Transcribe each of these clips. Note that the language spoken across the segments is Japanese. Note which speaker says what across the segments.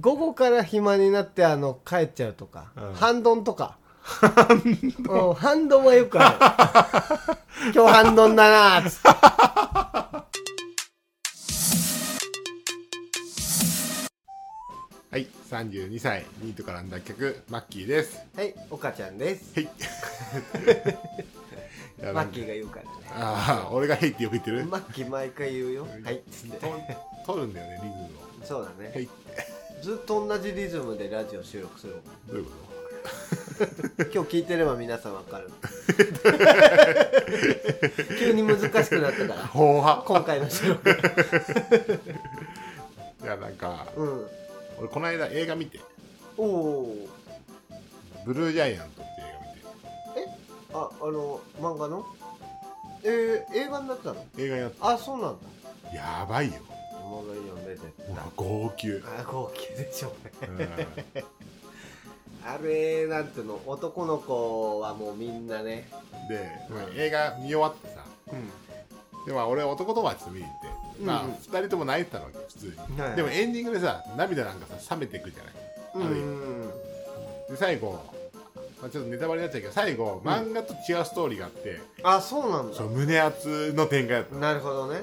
Speaker 1: 午後から暇になってあの帰っちゃうとか、
Speaker 2: うん
Speaker 1: 半ドンとかうん半ドンはよくある今日半ドンだなーっつって
Speaker 2: はい32歳ニートからの脱却マッキーです
Speaker 1: はい岡ちゃんです
Speaker 2: はいいや
Speaker 1: マ
Speaker 2: なん
Speaker 1: ッ
Speaker 2: か
Speaker 1: キーが言うからね
Speaker 2: ああ俺が「ヘイ」って呼びてる
Speaker 1: マッキー毎回言うよはいっつって
Speaker 2: と取るんだよねリズムを
Speaker 1: そうだ
Speaker 2: 「ヘイ」
Speaker 1: ね
Speaker 2: って
Speaker 1: ずっと同じリズムでラジオ収録する
Speaker 2: どういうこ
Speaker 1: 今日聞いてれば皆さんわかる急に難しくなったか
Speaker 2: と
Speaker 1: ら
Speaker 2: ほうは
Speaker 1: 今回の収録
Speaker 2: いやなんか
Speaker 1: うん
Speaker 2: 俺この間映画見て
Speaker 1: おお
Speaker 2: 「ブルージャイアント」って映画見て
Speaker 1: ああの漫画のえー、映画になったの
Speaker 2: 映画やっ
Speaker 1: あそうなんだ
Speaker 2: やばいよ
Speaker 1: 漫画読んでて
Speaker 2: もう号泣、 うん
Speaker 1: あ号泣でしょうねあれなんていうの男の子はもうみんなね
Speaker 2: で、まあ
Speaker 1: うん
Speaker 2: 映画見終わってさ
Speaker 1: う
Speaker 2: でまあ俺男友達と見に行って、まあ
Speaker 1: うんうん
Speaker 2: 2人とも泣いてたわけ普通に、
Speaker 1: はいはい
Speaker 2: でもエンディングでさ涙なんかさ冷めていくじゃない
Speaker 1: ん
Speaker 2: ある意味
Speaker 1: うん
Speaker 2: で最後、まあ、ちょっとネタバレになっちゃうけど最後漫画と違うストーリーがあって、
Speaker 1: あそうなん
Speaker 2: そ
Speaker 1: だ
Speaker 2: う胸熱の展開だった
Speaker 1: なるほどね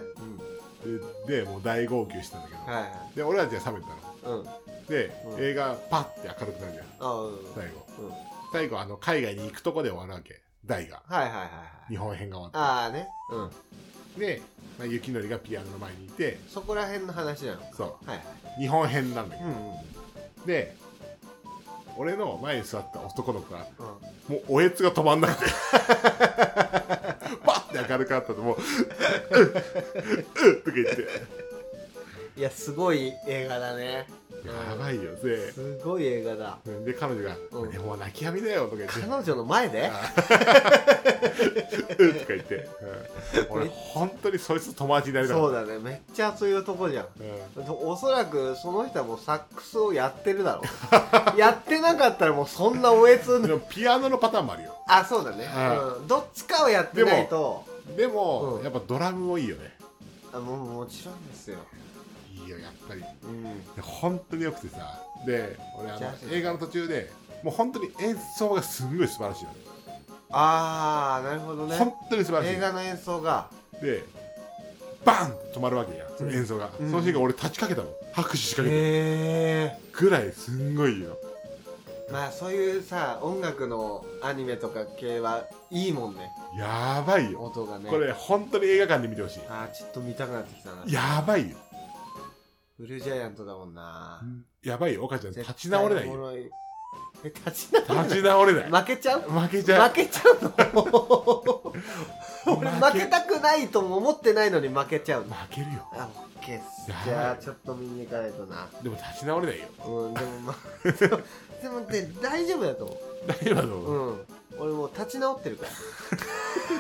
Speaker 2: ででもう大号泣したんだけど、
Speaker 1: はいはい
Speaker 2: で俺たちは冷めたの
Speaker 1: うん
Speaker 2: で、
Speaker 1: うん
Speaker 2: 映画パッて明るくなるじゃん
Speaker 1: あうんうん
Speaker 2: 最後
Speaker 1: うんはい
Speaker 2: 最後あの海外に行くとこで終わるわけ大が
Speaker 1: はいはいはい
Speaker 2: 日本編が終わっ
Speaker 1: ああねうん
Speaker 2: てで、まあ、雪のりがピアノの前にいて
Speaker 1: そこら辺の話なのか
Speaker 2: そ
Speaker 1: はいはいう
Speaker 2: 日本編なんだけ
Speaker 1: う
Speaker 2: ど、
Speaker 1: んうん
Speaker 2: で俺の前に座った男の子が
Speaker 1: うん
Speaker 2: もうおえつが止まんなくてパッて明るくなったともう「うっうっ」うっとか言って
Speaker 1: いやすごい映画だね
Speaker 2: やばいよです
Speaker 1: ごい映画だ
Speaker 2: で彼女が「
Speaker 1: うん
Speaker 2: 俺もう泣きやみだよ」とか言って
Speaker 1: 彼女の前で
Speaker 2: うんとか言って、うん、俺本当にそいつと友達になりたか
Speaker 1: そ
Speaker 2: っ
Speaker 1: うだねめっちゃそういうとこじゃん
Speaker 2: た、うん
Speaker 1: おそらくその人はもうサックスをやってるだろう やってなかったらもうそんなおえつ
Speaker 2: でもピアノのパターンもあるよ
Speaker 1: あそうだね、
Speaker 2: は
Speaker 1: うん、どっちかをやってないと
Speaker 2: でも、
Speaker 1: うん
Speaker 2: やっぱドラムもいいよね
Speaker 1: あもうもちろんですよ、
Speaker 2: いいよやっぱり
Speaker 1: うん、
Speaker 2: で本当によくてさで俺あ
Speaker 1: ジャ
Speaker 2: の
Speaker 1: ズ
Speaker 2: 映画の途中でもう本当に演奏がすんごい素晴らしいの、
Speaker 1: ああなるほどね
Speaker 2: 本当に素晴らしい
Speaker 1: 映画の演奏が
Speaker 2: でバンって止まるわけやんその演奏が、
Speaker 1: うん
Speaker 2: その瞬間俺立ちかけたの拍手しかけて
Speaker 1: へえ
Speaker 2: ぐらいすんごいよ
Speaker 1: まあそういうさ音楽のアニメとか系はいいもんね
Speaker 2: やばいよ、
Speaker 1: 音がね
Speaker 2: これ本当に映画館で見てほし
Speaker 1: あーちょっと見たくなってきたない
Speaker 2: やばいよ
Speaker 1: ブルージャイアントだもんな
Speaker 2: やばいよ岡ちゃん立ち直れない
Speaker 1: 絶対おも
Speaker 2: よ
Speaker 1: ろいえ立ち直れ
Speaker 2: 立ち直れない
Speaker 1: ない負けちゃう
Speaker 2: 負けちゃう
Speaker 1: 負けちゃうの 俺
Speaker 2: 負
Speaker 1: 負
Speaker 2: け
Speaker 1: けたくないとも思ってないのに負けちゃうの
Speaker 2: 負けるよ
Speaker 1: あオッケーっす
Speaker 2: やばい
Speaker 1: じゃあちょっと見に行かないとな
Speaker 2: でも立ち直れないよ
Speaker 1: うんでもま あでもでもね大丈夫だと思
Speaker 2: 大丈夫だと思
Speaker 1: う
Speaker 2: う、
Speaker 1: うん俺もう立ち直ってるから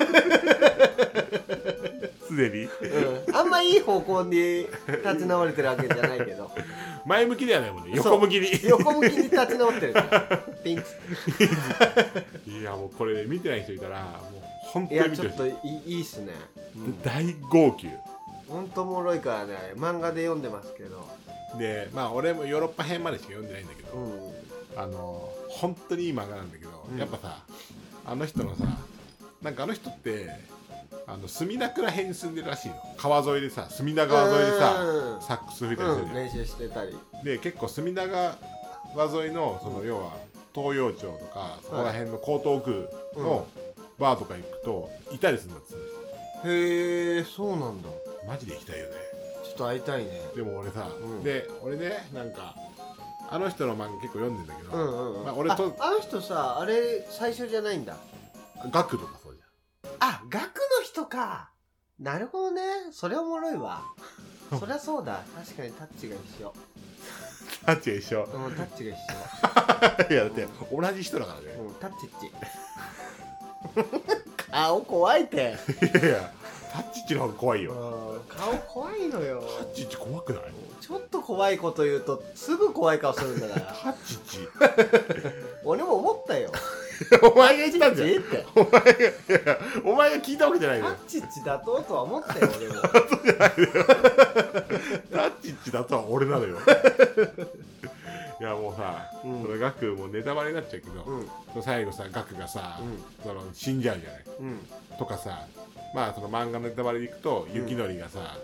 Speaker 2: すでに
Speaker 1: うん、あんまいい方向に立ち直れてるわけじゃないけ ど
Speaker 2: 前向きではないもんね横向きに
Speaker 1: 横向きに立ち直ってるからピンチ
Speaker 2: いやもうこれ、ね、見てない人いたらもう本
Speaker 1: い
Speaker 2: 当
Speaker 1: や
Speaker 2: に見
Speaker 1: ち
Speaker 2: て
Speaker 1: ょ
Speaker 2: る
Speaker 1: っといいいいっすね、うん、
Speaker 2: 大号泣
Speaker 1: ほんとおもろいからね漫画で読んでますけど
Speaker 2: でまあ俺もヨーロッパ編までしか読んでないんだけど、
Speaker 1: うん
Speaker 2: あの本当にいい漫画なんだけど、
Speaker 1: うん
Speaker 2: やっぱさあの人のさなんかあの人ってあの墨田区らへんに住んでるらしいの川沿いでさ墨田川沿いでさ
Speaker 1: うん
Speaker 2: サックス吹いたりす
Speaker 1: う
Speaker 2: る
Speaker 1: ん
Speaker 2: じゃん、
Speaker 1: 練習してたり
Speaker 2: で結構墨田川沿いのその、要は東洋町とかそこら辺の江東区のバーとか行くといたりするんだって
Speaker 1: へえそうなんだち
Speaker 2: マジで行きたいよね
Speaker 1: ょっと会いたいね
Speaker 2: でも俺さ、
Speaker 1: うん
Speaker 2: で俺ねなんかあの人の漫画結構読んでんだけど、
Speaker 1: うんうん、うん
Speaker 2: まあ俺と
Speaker 1: ああの人さあれ最初じゃないんだ
Speaker 2: ガクとかそうじゃん
Speaker 1: あ学の人かなるほどねそれおもろい わそりゃそうだ確かにタッチが一緒
Speaker 2: タッチが一緒
Speaker 1: うんタッチが一
Speaker 2: いやだって同じ人だから
Speaker 1: 緒
Speaker 2: ね
Speaker 1: うんタッチっち 顔怖いって
Speaker 2: いやいやタッチッチの方が怖いよ
Speaker 1: 顔怖いのよ
Speaker 2: タッチッチ怖くない
Speaker 1: ちょっと怖いこと言うとすぐ怖い顔するんだか
Speaker 2: タ
Speaker 1: ら
Speaker 2: ッチッチ
Speaker 1: 俺も思ったよ
Speaker 2: お前が言ったんじゃん
Speaker 1: えって
Speaker 2: お前が聞いたわけじゃない
Speaker 1: タ
Speaker 2: のよ
Speaker 1: ッチっち妥当とは思ったよ俺も
Speaker 2: タッチッチだとは俺なのよいやもうさ、
Speaker 1: うん
Speaker 2: そのガクもうネタバレになっちゃうけど、
Speaker 1: うん
Speaker 2: その最後さガクがさ、
Speaker 1: うん
Speaker 2: その死んじゃうじゃない
Speaker 1: うん
Speaker 2: とかさまあその漫画のネタバレでいくと、雪のりがさ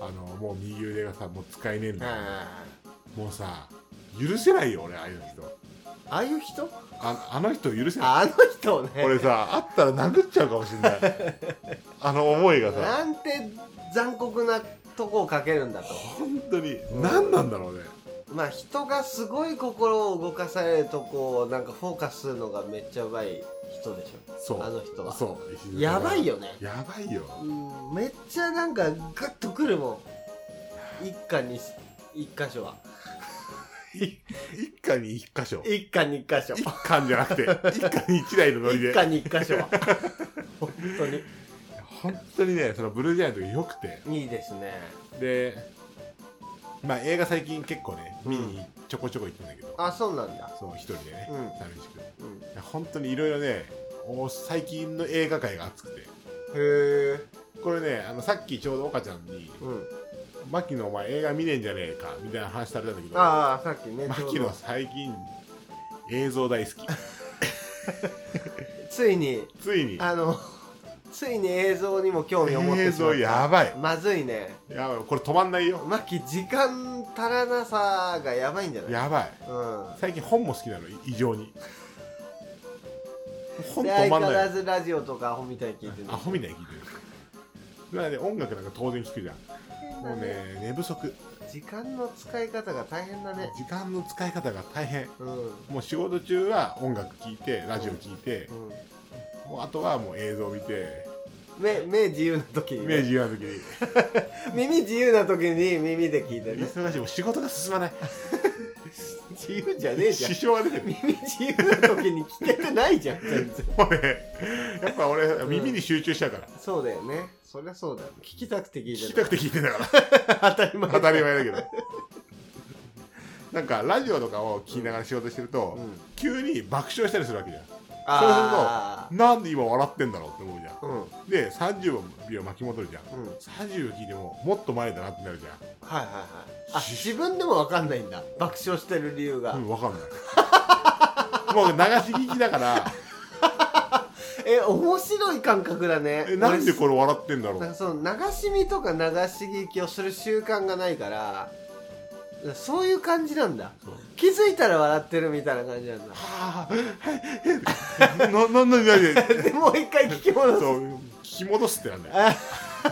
Speaker 2: あのもう右腕がさもう使えねえんだよ、
Speaker 1: あ
Speaker 2: もうさ許せないよ俺ああいう人
Speaker 1: ーああいう人
Speaker 2: ああの人許せない
Speaker 1: あの人ね
Speaker 2: 俺さあったら殴っちゃうかもしれないあの思いがさ
Speaker 1: なんて残酷なとこをかけるんだと
Speaker 2: 本当に何なんだろうね
Speaker 1: まあ人がすごい心を動かされるとこをなんかフォーカスするのがめっちゃやばい人でしょ
Speaker 2: そう
Speaker 1: あの人は
Speaker 2: そう石塚
Speaker 1: やばいよね
Speaker 2: やばいよ
Speaker 1: うんめっちゃなんかグッとくるもん一家に一箇所はい
Speaker 2: 一家に一箇所
Speaker 1: 一家に一箇所
Speaker 2: 一貫じゃなくて一家に一台 のノリ
Speaker 1: 一
Speaker 2: で
Speaker 1: 家に一箇所 は本当に
Speaker 2: 本当にねそのブルージャイアントが良くて
Speaker 1: いいですね
Speaker 2: でまあ映画最近結構ね
Speaker 1: うん
Speaker 2: 見にちょこちょこ行ってんだけど、
Speaker 1: あそうなんだ
Speaker 2: そう一人でね、
Speaker 1: うん
Speaker 2: 寂しくて
Speaker 1: うんへ
Speaker 2: いや本当にいろいろねお最近の映画界が熱くて
Speaker 1: え
Speaker 2: これねあのさっきちょうど岡ちゃんに
Speaker 1: うん
Speaker 2: 「牧野お前映画見ねえんじゃねえか」みたいな話されたんだけど
Speaker 1: ああさっきね
Speaker 2: 牧
Speaker 1: ちょう
Speaker 2: 野
Speaker 1: ど
Speaker 2: 最近映像大好き
Speaker 1: ついに
Speaker 2: つい に
Speaker 1: あのついに映像にも興味を持ってしま
Speaker 2: 映
Speaker 1: った
Speaker 2: 像やばい
Speaker 1: まずいね
Speaker 2: やばいこれ止まんないよ
Speaker 1: マキ時間足らなさがやばいんじゃない
Speaker 2: やばい
Speaker 1: うん
Speaker 2: 最近本も好きなのい異常に本
Speaker 1: で
Speaker 2: 止
Speaker 1: 相
Speaker 2: ま
Speaker 1: 変
Speaker 2: んな
Speaker 1: わ
Speaker 2: い
Speaker 1: らずラジオとかアホみたいに聞いてる
Speaker 2: アホみたいに聞いてるだからね音楽なんか当然聞くじゃんもうね寝不足
Speaker 1: 時間の使い方が大変だね
Speaker 2: 時間の使い方が大変
Speaker 1: うんうん
Speaker 2: もう仕事中は音楽聴いてラジオ聴いて、もうあとはもう映像見て
Speaker 1: 目目自由な時
Speaker 2: イ
Speaker 1: に
Speaker 2: メー
Speaker 1: ね
Speaker 2: ジ言わん時に
Speaker 1: 耳自由な時に耳で聞いてね
Speaker 2: 忙しいもう仕事が進まない
Speaker 1: 自由じゃねえじゃん
Speaker 2: 支障が出てる
Speaker 1: 耳自由な時に聞けてないじゃん全然
Speaker 2: もうねやっぱ俺耳に集中しちゃうから、
Speaker 1: そうだよねそりゃそうだよ聞きたくて聞いて
Speaker 2: 聞
Speaker 1: る
Speaker 2: きたくて聞いてんだから
Speaker 1: 当たり前
Speaker 2: 当たり前だけどなんかラジオとかを聞きながら仕事してると、
Speaker 1: うん
Speaker 2: 急に爆笑したりするわけじゃん
Speaker 1: あ
Speaker 2: なんで今笑ってんだろうって思うじゃん
Speaker 1: あうんうん
Speaker 2: で30秒巻き戻るじゃん
Speaker 1: はい
Speaker 2: 30秒聞いてももっと前だなってなるじ
Speaker 1: はいはいあ自分でも分かんないんだ爆笑してる理由が、
Speaker 2: ゃんうん分かんないもう流し聞きだから
Speaker 1: え面白い感覚だね
Speaker 2: えなんでこれ笑ってんだろ
Speaker 1: 俺なん
Speaker 2: う
Speaker 1: かその流し見とか流し聞きをする習慣がないからそういう感じなんだ
Speaker 2: そう
Speaker 1: 気づいたら笑ってるみたいな感じなんだ
Speaker 2: はあはいななんなんなんで
Speaker 1: でもう一回聞き戻す
Speaker 2: そう聞き戻すって なんだよ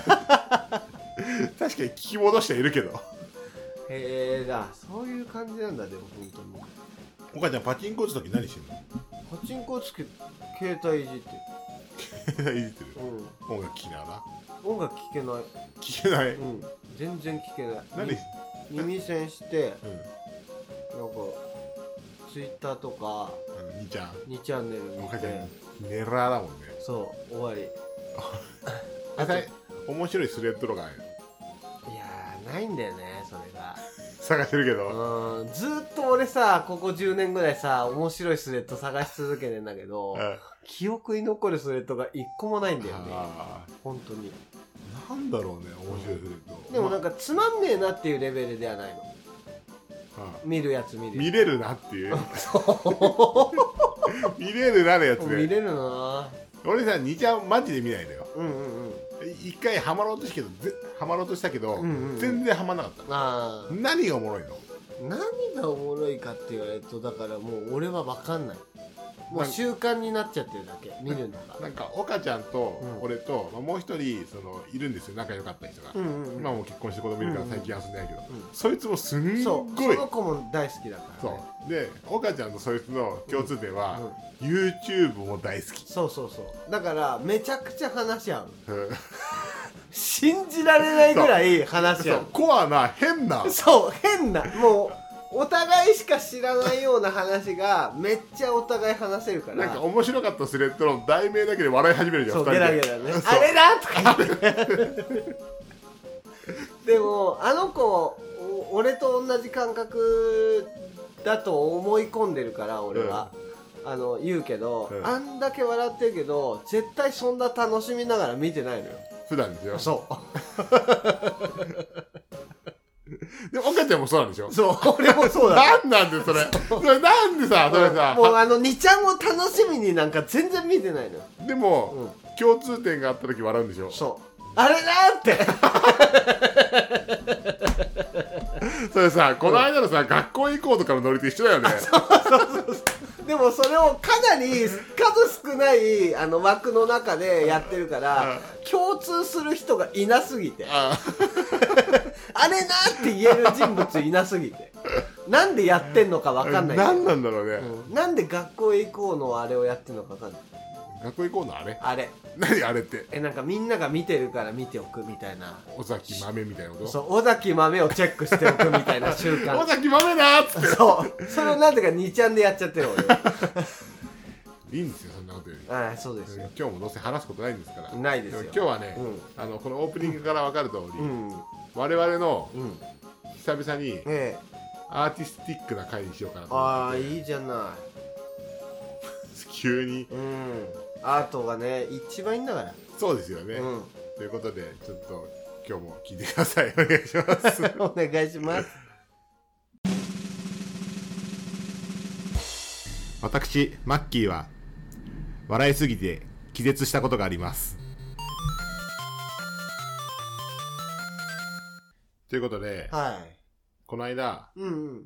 Speaker 1: あ
Speaker 2: 確かに聞き戻してはいるけど
Speaker 1: へえだそういう感じなんだでも本当に
Speaker 2: お母ちゃんパチンコ打つ時何してるの
Speaker 1: パチンコつけ携帯いじって
Speaker 2: いじってる
Speaker 1: う
Speaker 2: 音楽聴きながら
Speaker 1: ん音楽聴けない
Speaker 2: 聴けない
Speaker 1: うん全然聴けない
Speaker 2: 何、うん、
Speaker 1: み耳栓して
Speaker 2: あ
Speaker 1: なんかツイッターとか
Speaker 2: の兄ちゃん
Speaker 1: 2チャンネル
Speaker 2: お
Speaker 1: 見
Speaker 2: 母ちゃ
Speaker 1: て
Speaker 2: んネラーだもんね
Speaker 1: そう終わり
Speaker 2: あさい面白いスレッドとかないの
Speaker 1: いやーないんだよねそれが
Speaker 2: 探してるけ
Speaker 1: う
Speaker 2: ど
Speaker 1: ーんずーっと俺さここ10年ぐらいさ面白いスレッド探し続けてんだけど
Speaker 2: うん
Speaker 1: 記憶に残るスレッドが一個もないんだよね
Speaker 2: あ
Speaker 1: 本当に
Speaker 2: ーなんだろうね面白いスレッド
Speaker 1: でもなん
Speaker 2: か、
Speaker 1: かつまんねえなっていうレベルではないの
Speaker 2: うん
Speaker 1: 見るやつ見る
Speaker 2: 見
Speaker 1: や
Speaker 2: れるなっていう 見れるなのやつ
Speaker 1: つ見
Speaker 2: ね
Speaker 1: れるな
Speaker 2: 俺さ兄ちゃんマジで見ないのよ
Speaker 1: うんうんうん
Speaker 2: 一回ハマろうとしたけどぜハマろうとしたけど、
Speaker 1: うんうんうん
Speaker 2: 全然ハマんなかった
Speaker 1: あー
Speaker 2: 何がおもろいの
Speaker 1: 何がおもろいかって言われるとだからもう俺は分かんないもう
Speaker 2: なん
Speaker 1: 習慣になっちゃってるだけ見るのが
Speaker 2: なんか岡ちゃんと
Speaker 1: うん
Speaker 2: 俺と、まあ、もう一人そのいるんですよ仲良かった人が、
Speaker 1: うんうん
Speaker 2: 今はもう結婚して子供いるか
Speaker 1: う
Speaker 2: ら
Speaker 1: ん
Speaker 2: 最近遊んでないけど、
Speaker 1: うん
Speaker 2: そいつもすん
Speaker 1: そ
Speaker 2: ご
Speaker 1: うそ
Speaker 2: い
Speaker 1: の子も大好きだから、ね、
Speaker 2: そうで岡ちゃんとそいつの共通点は、YouTube も大好き、
Speaker 1: そうそうそうだからめちゃくちゃ話し合う
Speaker 2: うん
Speaker 1: 信じられないぐらい話し
Speaker 2: そ
Speaker 1: 合
Speaker 2: う
Speaker 1: う
Speaker 2: コアな変な
Speaker 1: そう変なもうお互いしか知らないような話がめっちゃお互い話せるから
Speaker 2: なんか面白かったスレッドの題名だけで笑い始めるじゃん
Speaker 1: そう
Speaker 2: 二
Speaker 1: ゲ
Speaker 2: 人
Speaker 1: ラ
Speaker 2: で
Speaker 1: ゲラねあれだとか 言ってでもあの子お俺と同じ感覚だと思い込んでるから俺は、あの言うけど、
Speaker 2: うん
Speaker 1: あんだけ笑ってるけど絶対そんな楽しみながら見てないのよ
Speaker 2: 普段ですよ
Speaker 1: そう
Speaker 2: で岡ちゃんもそうなんでし ょ
Speaker 1: そう俺もそうだ
Speaker 2: なんなんでそれそれなんでさそれさ、
Speaker 1: もうあの2ちゃんを楽しみになんか全然見てないのよ
Speaker 2: でも、共通点があった時笑うんでしょ
Speaker 1: そうあれだーって
Speaker 2: それさこの間のさ、学校行こうとかのノリと一 緒だよね
Speaker 1: でもそれをかなり数少ないあの枠の中でやってるから共通する人がいなすぎて
Speaker 2: あ
Speaker 1: あれなって言える人物いなすぎてなんでやってんのかわかんないけど
Speaker 2: 何なんだろうね、
Speaker 1: うんなんで学校へ行こうのあれをやってんのかわかんない
Speaker 2: 学校行こうのあれ
Speaker 1: あれ
Speaker 2: 何あれって
Speaker 1: えなんかみんなが見てるから見ておくみたいな
Speaker 2: 尾崎豆みたいなこと
Speaker 1: そう尾崎豆をチェックしておくみたいな習
Speaker 2: 尾
Speaker 1: 慣
Speaker 2: 崎豆だーっつっ
Speaker 1: そうそれをなんでか2ちゃんでやっちゃってる俺
Speaker 2: ていいんですよそんなことより
Speaker 1: ああそうですよ
Speaker 2: 今日もどうせ話すことないんですから
Speaker 1: ないですよ
Speaker 2: も今日はね、
Speaker 1: うん
Speaker 2: あのこのオープニングから分かる通り、
Speaker 1: うん
Speaker 2: 我々の
Speaker 1: うん
Speaker 2: 久々に
Speaker 1: ええ
Speaker 2: アーティスティックな回にしようかなと
Speaker 1: あ
Speaker 2: 思っ
Speaker 1: あ
Speaker 2: て
Speaker 1: いいじゃな
Speaker 2: 急に
Speaker 1: いうんアートがね一番いいんだから
Speaker 2: そうですよね、
Speaker 1: うん
Speaker 2: ということでちょっと今日も聞いてくださいお願いします
Speaker 1: お願いします
Speaker 2: 私マッキーは笑いすぎて気絶したことがありますということで
Speaker 1: は
Speaker 2: この間
Speaker 1: いうんうん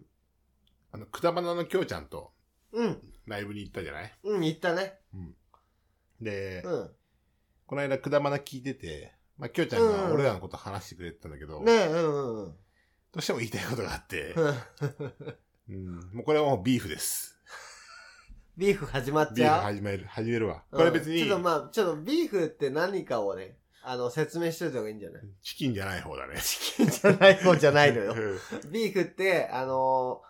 Speaker 2: あのくだばなのきょうちゃんと
Speaker 1: うん
Speaker 2: ライブに行ったじゃない
Speaker 1: うん言ったね
Speaker 2: で、
Speaker 1: うん
Speaker 2: この間くだばな聞いてて、まあ、きょうちゃん
Speaker 1: う
Speaker 2: が
Speaker 1: ん
Speaker 2: 俺らのこと話してくれてたんだけど、
Speaker 1: ねえうんうん うん
Speaker 2: どうしても言いたいことがあって、
Speaker 1: うん
Speaker 2: うん、もうこれはもうビーフです
Speaker 1: ビーフ始まっち
Speaker 2: ビーフ
Speaker 1: ゃう
Speaker 2: 始める始めるわこれ別に
Speaker 1: うんちょっとまあちょっとビーフって何かをねあの説明しといた方がいいんじゃない
Speaker 2: チキンじゃない方だね
Speaker 1: じゃ ない方じゃないのよ。
Speaker 2: う ん
Speaker 1: ビーフって、あのー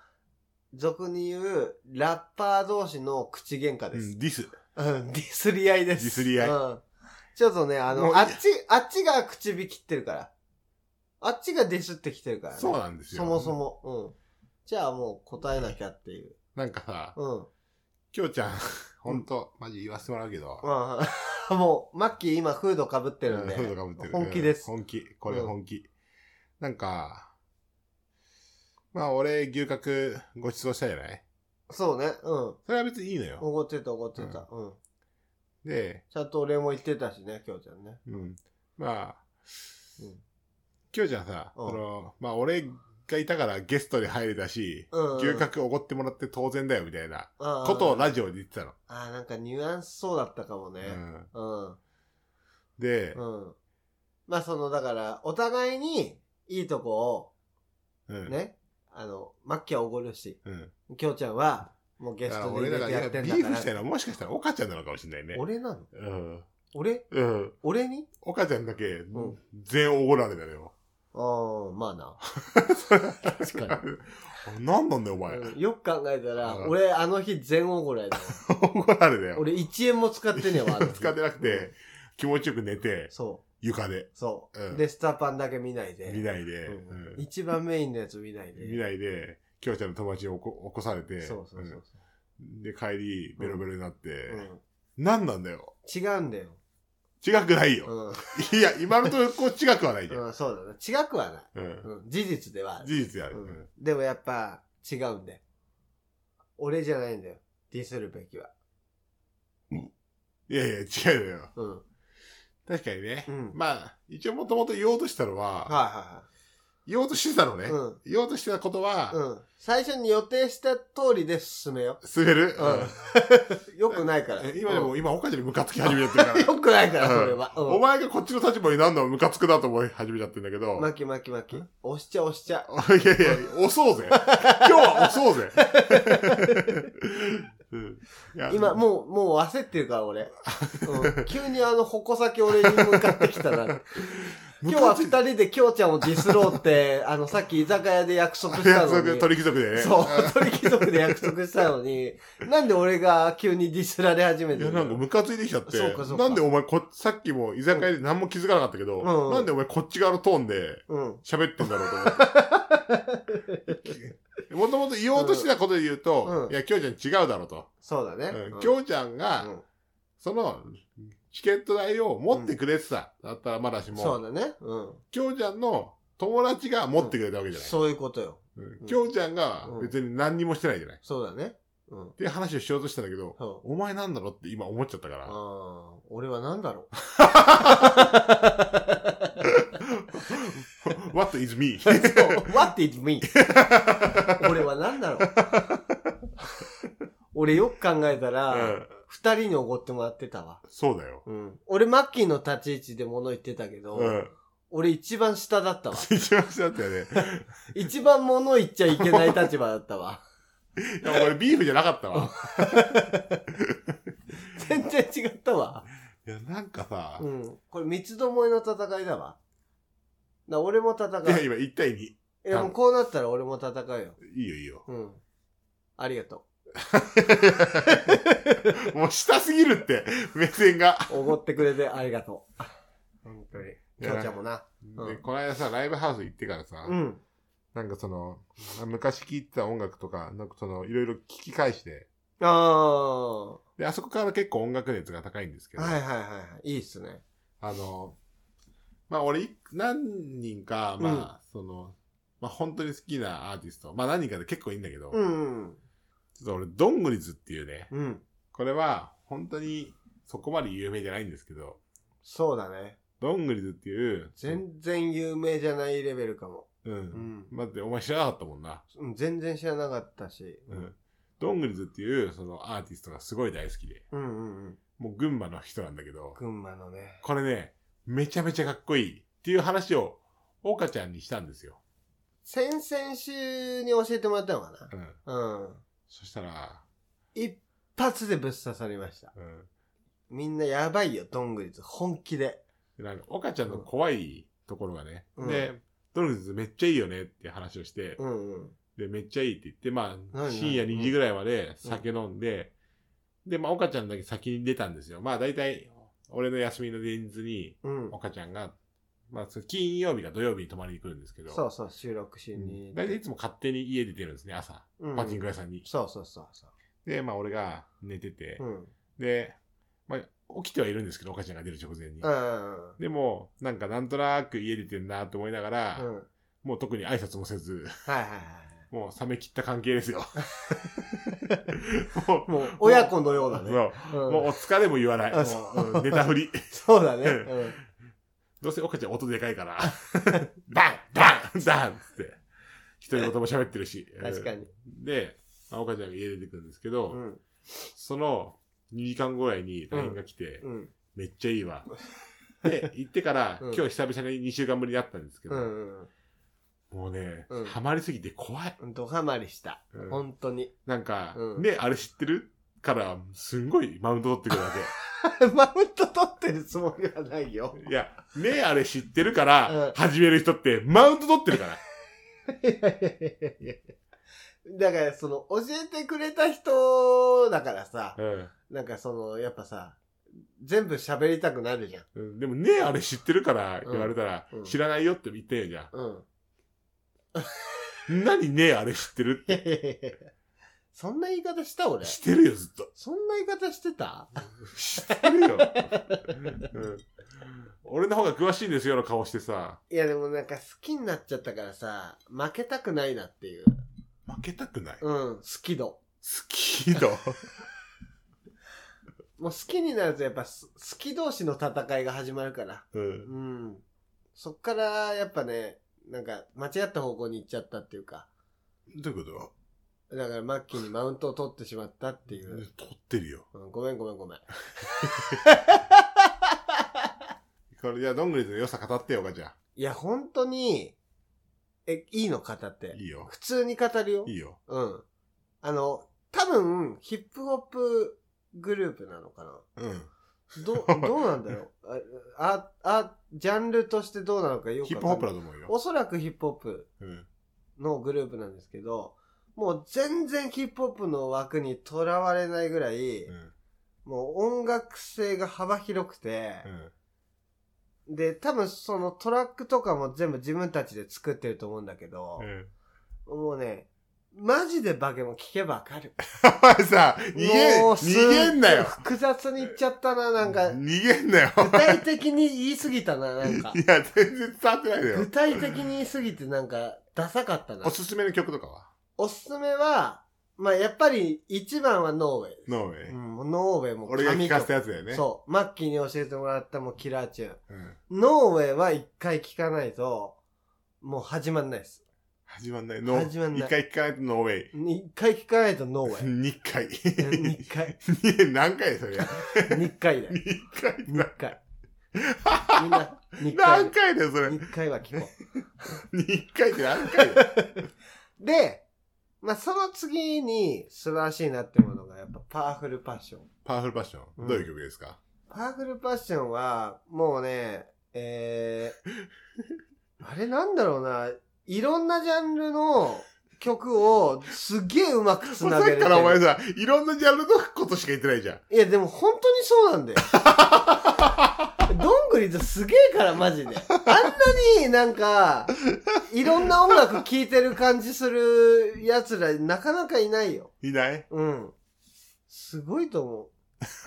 Speaker 1: 俗に言う、ラッパー同士の口喧嘩
Speaker 2: う
Speaker 1: です。
Speaker 2: んディス
Speaker 1: うん、ディスり合いです。
Speaker 2: ディスり合い
Speaker 1: うん。ちょっとね、あ
Speaker 2: もうい
Speaker 1: の、
Speaker 2: い
Speaker 1: あっち、あっちが口火切ってるから。あっちがディスってきてるから、ね。
Speaker 2: そうなんですよ
Speaker 1: そもそも。うん。じゃあもう答えなきゃっていう。
Speaker 2: なんかさ
Speaker 1: うん。
Speaker 2: きょうちゃんほんとマジ言わせてもらうけど、
Speaker 1: まあ、 もう、マッキー今フード被ってるんで。
Speaker 2: うんフードかぶってる
Speaker 1: 本気です
Speaker 2: うん本気これ本気、なんかまあ俺牛角ごちそうしたじゃない
Speaker 1: そうね。うん。
Speaker 2: それは別にいいのよ、
Speaker 1: おごってたおごってた。うん。
Speaker 2: で、
Speaker 1: ちゃんとお礼も言ってたしね、きょうちゃんね。
Speaker 2: うん、まあ
Speaker 1: うん。
Speaker 2: きょうちゃんさ、
Speaker 1: うん
Speaker 2: そのまあ俺がいたからゲストに入れたし、
Speaker 1: うんうん
Speaker 2: 牛角おごってもらって当然だよみたいなこ
Speaker 1: こと
Speaker 2: をラジオで言ってたの、
Speaker 1: あーなんかニュアンスそうだったかもね。
Speaker 2: うん、
Speaker 1: うん。
Speaker 2: で、
Speaker 1: うん。まあその、だから、お互いにいいとこ
Speaker 2: う
Speaker 1: を
Speaker 2: ん
Speaker 1: ね、あの、マッキーはおごるし、
Speaker 2: うん、
Speaker 1: きょうちゃんは、もうゲ
Speaker 2: だ
Speaker 1: ス
Speaker 2: から
Speaker 1: トで入
Speaker 2: 俺だ
Speaker 1: れ
Speaker 2: か
Speaker 1: て
Speaker 2: ら
Speaker 1: やってん
Speaker 2: ビ
Speaker 1: だ
Speaker 2: ー
Speaker 1: か
Speaker 2: フ
Speaker 1: ら。
Speaker 2: したのはもしかしたら岡ちゃんなのかもしれないね
Speaker 1: 俺なの
Speaker 2: うん
Speaker 1: 俺
Speaker 2: うん
Speaker 1: 俺に
Speaker 2: 岡ちゃんだけ
Speaker 1: ん
Speaker 2: 全おごられだよ、
Speaker 1: ああ、まあな。確か
Speaker 2: ん、 何なんだよお前、
Speaker 1: うんよく考えたら、
Speaker 2: うん
Speaker 1: 俺あの日全おごらいだよ。
Speaker 2: おごられ だよ
Speaker 1: 俺1円も使ってねえわ、あの日
Speaker 2: 使ってなくて気持ちよく寝て
Speaker 1: そ
Speaker 2: 床で
Speaker 1: う、そう。
Speaker 2: うん
Speaker 1: で、スターパンだけ見ないで。
Speaker 2: 見ないで、
Speaker 1: うん
Speaker 2: うん
Speaker 1: 一番メインのやつ見ないで。
Speaker 2: 見ないで京ちゃんの友達に起こ起こされて
Speaker 1: そうそうそうそう。
Speaker 2: うんで帰りベロベロになって、
Speaker 1: うん
Speaker 2: 何なんだよ
Speaker 1: 違うんだよ。
Speaker 2: 違くないよ、
Speaker 1: うん。
Speaker 2: いや今のところ違くはないじゃん、
Speaker 1: うん、そうだね。違くはない。
Speaker 2: うん
Speaker 1: うん、事実ではある。
Speaker 2: 事実や
Speaker 1: う
Speaker 2: る、うん
Speaker 1: ん、でもやっぱ違うんだよ。俺じゃないんだよ。ディスるべきは。
Speaker 2: いやいや違うのよ
Speaker 1: うん。はい
Speaker 2: 確かにね、
Speaker 1: うん
Speaker 2: まあ一応もともと言おうとしたのは、
Speaker 1: は
Speaker 2: 言おうとしてたのね、
Speaker 1: いはい。うん。
Speaker 2: 言おうとしてたことは、
Speaker 1: うん。最初に予定した通りで進めよ
Speaker 2: 滑る、
Speaker 1: う。うん。 よくないから
Speaker 2: う。ん 今で
Speaker 1: う
Speaker 2: も、
Speaker 1: ん
Speaker 2: 今岡ちゃんにムカつき始めちゃってるから
Speaker 1: よくないから、それは。
Speaker 2: お
Speaker 1: うん。
Speaker 2: 前がこっちの立場になんだもムカつくなと思い始めちゃってんだけど、
Speaker 1: 巻き巻き巻き。押しちゃ押しちゃ。
Speaker 2: いやいや、押そ うぜ。今日は押そうぜ。うんいや
Speaker 1: 今、もう、もう焦ってるから、 俺。うん。急にあの、矛先俺に向かってきた な。今日は二人で京ちゃんをディスろうって、あの、さっき居酒屋で約束した
Speaker 2: 約
Speaker 1: の
Speaker 2: 束
Speaker 1: に。
Speaker 2: 鳥貴族でね。
Speaker 1: そう、鳥貴族で約束したの に、なんで俺が急にディスられ始め
Speaker 2: い
Speaker 1: て
Speaker 2: や、
Speaker 1: る
Speaker 2: なんか
Speaker 1: の
Speaker 2: ムカついてきちゃって。
Speaker 1: そうかそうか
Speaker 2: なんでお前こ、さっきも居酒屋で何も気づかなかったけど、
Speaker 1: うん
Speaker 2: なんでお前こっち側のトーンで
Speaker 1: うん。
Speaker 2: 喋ってんだろうと思 って。もともと言おうとしてたことで言うと、
Speaker 1: うん
Speaker 2: いや、きょうちゃん違うだろうと。
Speaker 1: そうだね。
Speaker 2: うんきょうちゃんが、
Speaker 1: うん
Speaker 2: その、チケット代を持ってくれてた。だったらまだし
Speaker 1: そ
Speaker 2: も、
Speaker 1: うだね。うん。
Speaker 2: きょうちゃんの友達が持ってくれたわけじゃない。
Speaker 1: そういうことよ。
Speaker 2: うんきょうちゃんが
Speaker 1: うん
Speaker 2: 別に何にもしてないじゃない。っ
Speaker 1: そうだね。うん。
Speaker 2: ていう話をしようとしたんだけど、
Speaker 1: そ
Speaker 2: お前なんだろうって今思っちゃったか
Speaker 1: う。
Speaker 2: ら。
Speaker 1: ああ、俺は何だろ
Speaker 2: What is me?
Speaker 1: う。そう。What is me? 俺は何だろ う。俺よく考えた
Speaker 2: う
Speaker 1: ら、
Speaker 2: ん
Speaker 1: 二、人におごってもらってたわ。
Speaker 2: そうだよ。
Speaker 1: うん。俺、マッキーの立ち位置で物言ってたけど、
Speaker 2: うん。
Speaker 1: 俺一番下だったわ。
Speaker 2: 一番下だったよね。
Speaker 1: 一番物言っちゃいけない立場だったわ。
Speaker 2: いや、俺ビーフじゃなかったわ。
Speaker 1: 全然違ったわ。
Speaker 2: いや、なんかさ
Speaker 1: う、ん。これ三つどもえの戦いだわ。な、俺も戦う。
Speaker 2: いや、今1対2。い
Speaker 1: いや、もうこうなったら俺も戦うよ。
Speaker 2: いよ、いいよ。
Speaker 1: うん。ありがと
Speaker 2: もう下すぎるって、目線が。
Speaker 1: う。おごってくれてあ りがとう。本当に。
Speaker 2: い
Speaker 1: きょ
Speaker 2: や
Speaker 1: うちゃんもな。うん
Speaker 2: でこの間さ、ライブハウス行ってからさ、
Speaker 1: うん。
Speaker 2: なんかその、昔聴いてた音楽とか、なんかその、いろいろ聞き返して、
Speaker 1: ああ。は
Speaker 2: で、あそこから結構音楽熱が高いんですけ
Speaker 1: い
Speaker 2: ど、
Speaker 1: はいはいはい。いいっすね。
Speaker 2: あの、まあ俺い、何人か、まあ、その、まあ本当に好きなアーティスト、まあ何人かで結構いいんだけど、
Speaker 1: う
Speaker 2: ちょ
Speaker 1: ん。
Speaker 2: っと俺、ドングリズっていうね、
Speaker 1: うん。
Speaker 2: これは本当にそこまで有名じゃないんですけど、
Speaker 1: そうだね。
Speaker 2: ドングリズっていう、
Speaker 1: 全然有名じゃないレベルかも。
Speaker 2: う。
Speaker 1: うんん。
Speaker 2: 待って、お前知らなかったもんな。
Speaker 1: うん全然知らなかったし。
Speaker 2: うん。ドングリズっていう、そのアーティストがすごい大好きで、
Speaker 1: うんうんうん。
Speaker 2: もう群馬の人なんだけど、
Speaker 1: 群馬のね。
Speaker 2: これね、めちゃめちゃかっこいいっていう話を、岡ちゃんにしたんですよ。
Speaker 1: 先々週に教えてもらったのか
Speaker 2: うん。
Speaker 1: な。うん。
Speaker 2: そしたら、
Speaker 1: 一発でぶっ刺さりました。
Speaker 2: うん。
Speaker 1: みんなやばいよ、どんぐりず。本気で。
Speaker 2: でなんか、岡ちゃんの怖いところがね、
Speaker 1: うん
Speaker 2: で、ドングリズめっちゃいいよねって話をして、
Speaker 1: うんうん。
Speaker 2: で、めっちゃいいって言って、まあ、
Speaker 1: 何
Speaker 2: 深夜
Speaker 1: 何
Speaker 2: 2時ぐらいまで酒飲んで、で、まあ、岡ちゃんだけ先に出たんですよ。まあ、大体、俺の休みの前日に、
Speaker 1: うん。
Speaker 2: 岡ちゃんが、まあ、その金曜日か土曜日に泊まりに来るんですけど、
Speaker 1: そうそう、収録しに。
Speaker 2: 大体いつも勝手に家出てるんですね、朝。
Speaker 1: うん
Speaker 2: パチンコ屋さんに。
Speaker 1: そうそうそうそ
Speaker 2: で、まあ、俺が寝てて、
Speaker 1: う。うん。
Speaker 2: で、まあ、起きてはいるんですけど、岡ちゃんが出る直前に。
Speaker 1: うん。
Speaker 2: でも、なんか、なんとなく家出てんなと思いながら、
Speaker 1: うん。はい
Speaker 2: もう特に挨拶もせず、
Speaker 1: はいは
Speaker 2: もう冷め切った関係で すよ。も
Speaker 1: い。もう、親子のようだね。
Speaker 2: そう
Speaker 1: うん
Speaker 2: もうお疲れも言わない。
Speaker 1: あ
Speaker 2: も
Speaker 1: そう
Speaker 2: ううん寝たふり。
Speaker 1: そうだね。
Speaker 2: うん
Speaker 1: うん
Speaker 2: どうせ岡ちゃん音でかいから、 バンバンバンっつって、一人言も喋ってるし。
Speaker 1: 確かに。
Speaker 2: うん。で、まあ、岡ちゃんが家出てくるんですけど、
Speaker 1: うん。
Speaker 2: その2時間後ぐらいに LINE が来て、
Speaker 1: うん。
Speaker 2: めっちゃい いわ。で、行ってから、
Speaker 1: うん
Speaker 2: 今日久々に2週間ぶりに会ったんですけど、
Speaker 1: うん
Speaker 2: もうね、
Speaker 1: うん
Speaker 2: ハマりすぎて怖い。
Speaker 1: うん。ドハマりした。
Speaker 2: うん
Speaker 1: 本当に。
Speaker 2: なんか、
Speaker 1: うん
Speaker 2: ね、あれ知ってるから、すんごいマウント取ってくるわ
Speaker 1: マウント取ってるつもりはないよ。
Speaker 2: け。いや、ね、あれ知ってるか
Speaker 1: うん
Speaker 2: ら、始める人ってマウント取ってるから。
Speaker 1: いやいやいやいやいやだから、その、教えてくれた人だからさ、
Speaker 2: うん
Speaker 1: なんかその、やっぱさ、全部喋りたくなるじゃん。
Speaker 2: うんでもね、あれ知ってるから
Speaker 1: うん
Speaker 2: 言われたら、
Speaker 1: うん
Speaker 2: 知らないよって言ったよじゃ
Speaker 1: うん。
Speaker 2: ん。何ね、あれ知ってる
Speaker 1: いやいやいや そんな言い方した俺。
Speaker 2: 知ってるよ、ずっと。
Speaker 1: そんな言い方してた
Speaker 2: 知ってる よ。うん俺の方が詳しいんですよの顔してさ、
Speaker 1: いやでもなんか好きになっちゃったからさ、負けたくないなっていう。
Speaker 2: 負けたくない。好
Speaker 1: うん、好き度。
Speaker 2: きだ。
Speaker 1: もう好きになるとやっぱす好き同士の戦いが始まるから。
Speaker 2: うん。
Speaker 1: うん。そっからやっぱね、なんか間違った方向に行っちゃったっていうか、
Speaker 2: どういうこ
Speaker 1: だからマッキーにマウントを取ってしまったってい
Speaker 2: と
Speaker 1: う。
Speaker 2: 取ってるよ。
Speaker 1: うん、ごめんごめんごめん。
Speaker 2: これじゃあ、どんぐりの良さ語ってよ、おかちゃ
Speaker 1: いや本当に、え、いいの語って
Speaker 2: ん。。いいよ。
Speaker 1: 普通に語るよ。
Speaker 2: いいよ。
Speaker 1: うん。あの、多分、ヒップホップグループなのかな
Speaker 2: うん。
Speaker 1: ど、 どうなんだろうあ、あ、あ、ジャンルとしてどうなのかよく
Speaker 2: ヒッ
Speaker 1: わ
Speaker 2: プ
Speaker 1: かんな
Speaker 2: ホッ
Speaker 1: い
Speaker 2: プだと思うよ。
Speaker 1: おそらくヒップホップ
Speaker 2: うん。
Speaker 1: のグループなんですけど、もう全然ヒップホップの枠にとらわれないぐらい、
Speaker 2: うん。
Speaker 1: もう音楽性が幅広くて、
Speaker 2: うん。
Speaker 1: で、多分そのトラックとかも全部自分たちで作ってると思うんだけど、
Speaker 2: うん
Speaker 1: もうね、マジでバケモン聞けばわかる。
Speaker 2: お前さ、逃げ、
Speaker 1: もうすっ
Speaker 2: 逃げんなよ。
Speaker 1: 複雑に言っちゃったな、なんか。
Speaker 2: 逃げんなよ。
Speaker 1: 具体的に言いすぎたな、なんか
Speaker 2: い。や、全然伝わってないのよ
Speaker 1: 具。体的に言いすぎてなんか、ダサかったな
Speaker 2: お。すすめの曲とかは
Speaker 1: おすすめは、まあやっぱり一番はノーウェイです。
Speaker 2: ノーウェイ。
Speaker 1: うん、ノーウェイも
Speaker 2: 俺が聞かせたやつだよね。
Speaker 1: そう。マッキーに教えてもらったもうキラーチューン。
Speaker 2: うん。
Speaker 1: ノーウェイは一回聞かないと、もう始まんないです。
Speaker 2: 始まんない。ノー
Speaker 1: 始まんない
Speaker 2: 一回聞かないとノーウェイ。
Speaker 1: 一回聞かないとノーウ ェイ。
Speaker 2: 二回。
Speaker 1: 二 回。
Speaker 2: 何回 それ。
Speaker 1: 二回だよ。
Speaker 2: 二回
Speaker 1: 二
Speaker 2: だ。
Speaker 1: 回。みんな、二
Speaker 2: 何
Speaker 1: 回。
Speaker 2: 回だよ、それ。
Speaker 1: 二回は聞こ
Speaker 2: 二回って何回だよ。
Speaker 1: う。で、まあ、その次に素晴らしいなってものが、やっぱパワフルパッション。
Speaker 2: パワフルパッショ
Speaker 1: うん
Speaker 2: ン。どういう曲ですか
Speaker 1: パワフルパッションは、もうね、えー、 あれなんだろうな、いろんなジャンルの曲をすげえうまくつ
Speaker 2: もう
Speaker 1: な
Speaker 2: さっ
Speaker 1: げれ
Speaker 2: き
Speaker 1: て
Speaker 2: からお前
Speaker 1: る。
Speaker 2: さ、いろんなジャンルのことしか言ってないじゃん。
Speaker 1: いや、でも本当にそうなんだよ。どんぐりとすげえから、マジで。あんなになんか、いろんな音楽聴いてる感じする奴ら、なかなかいないよ。
Speaker 2: いない
Speaker 1: うん。すごいと思。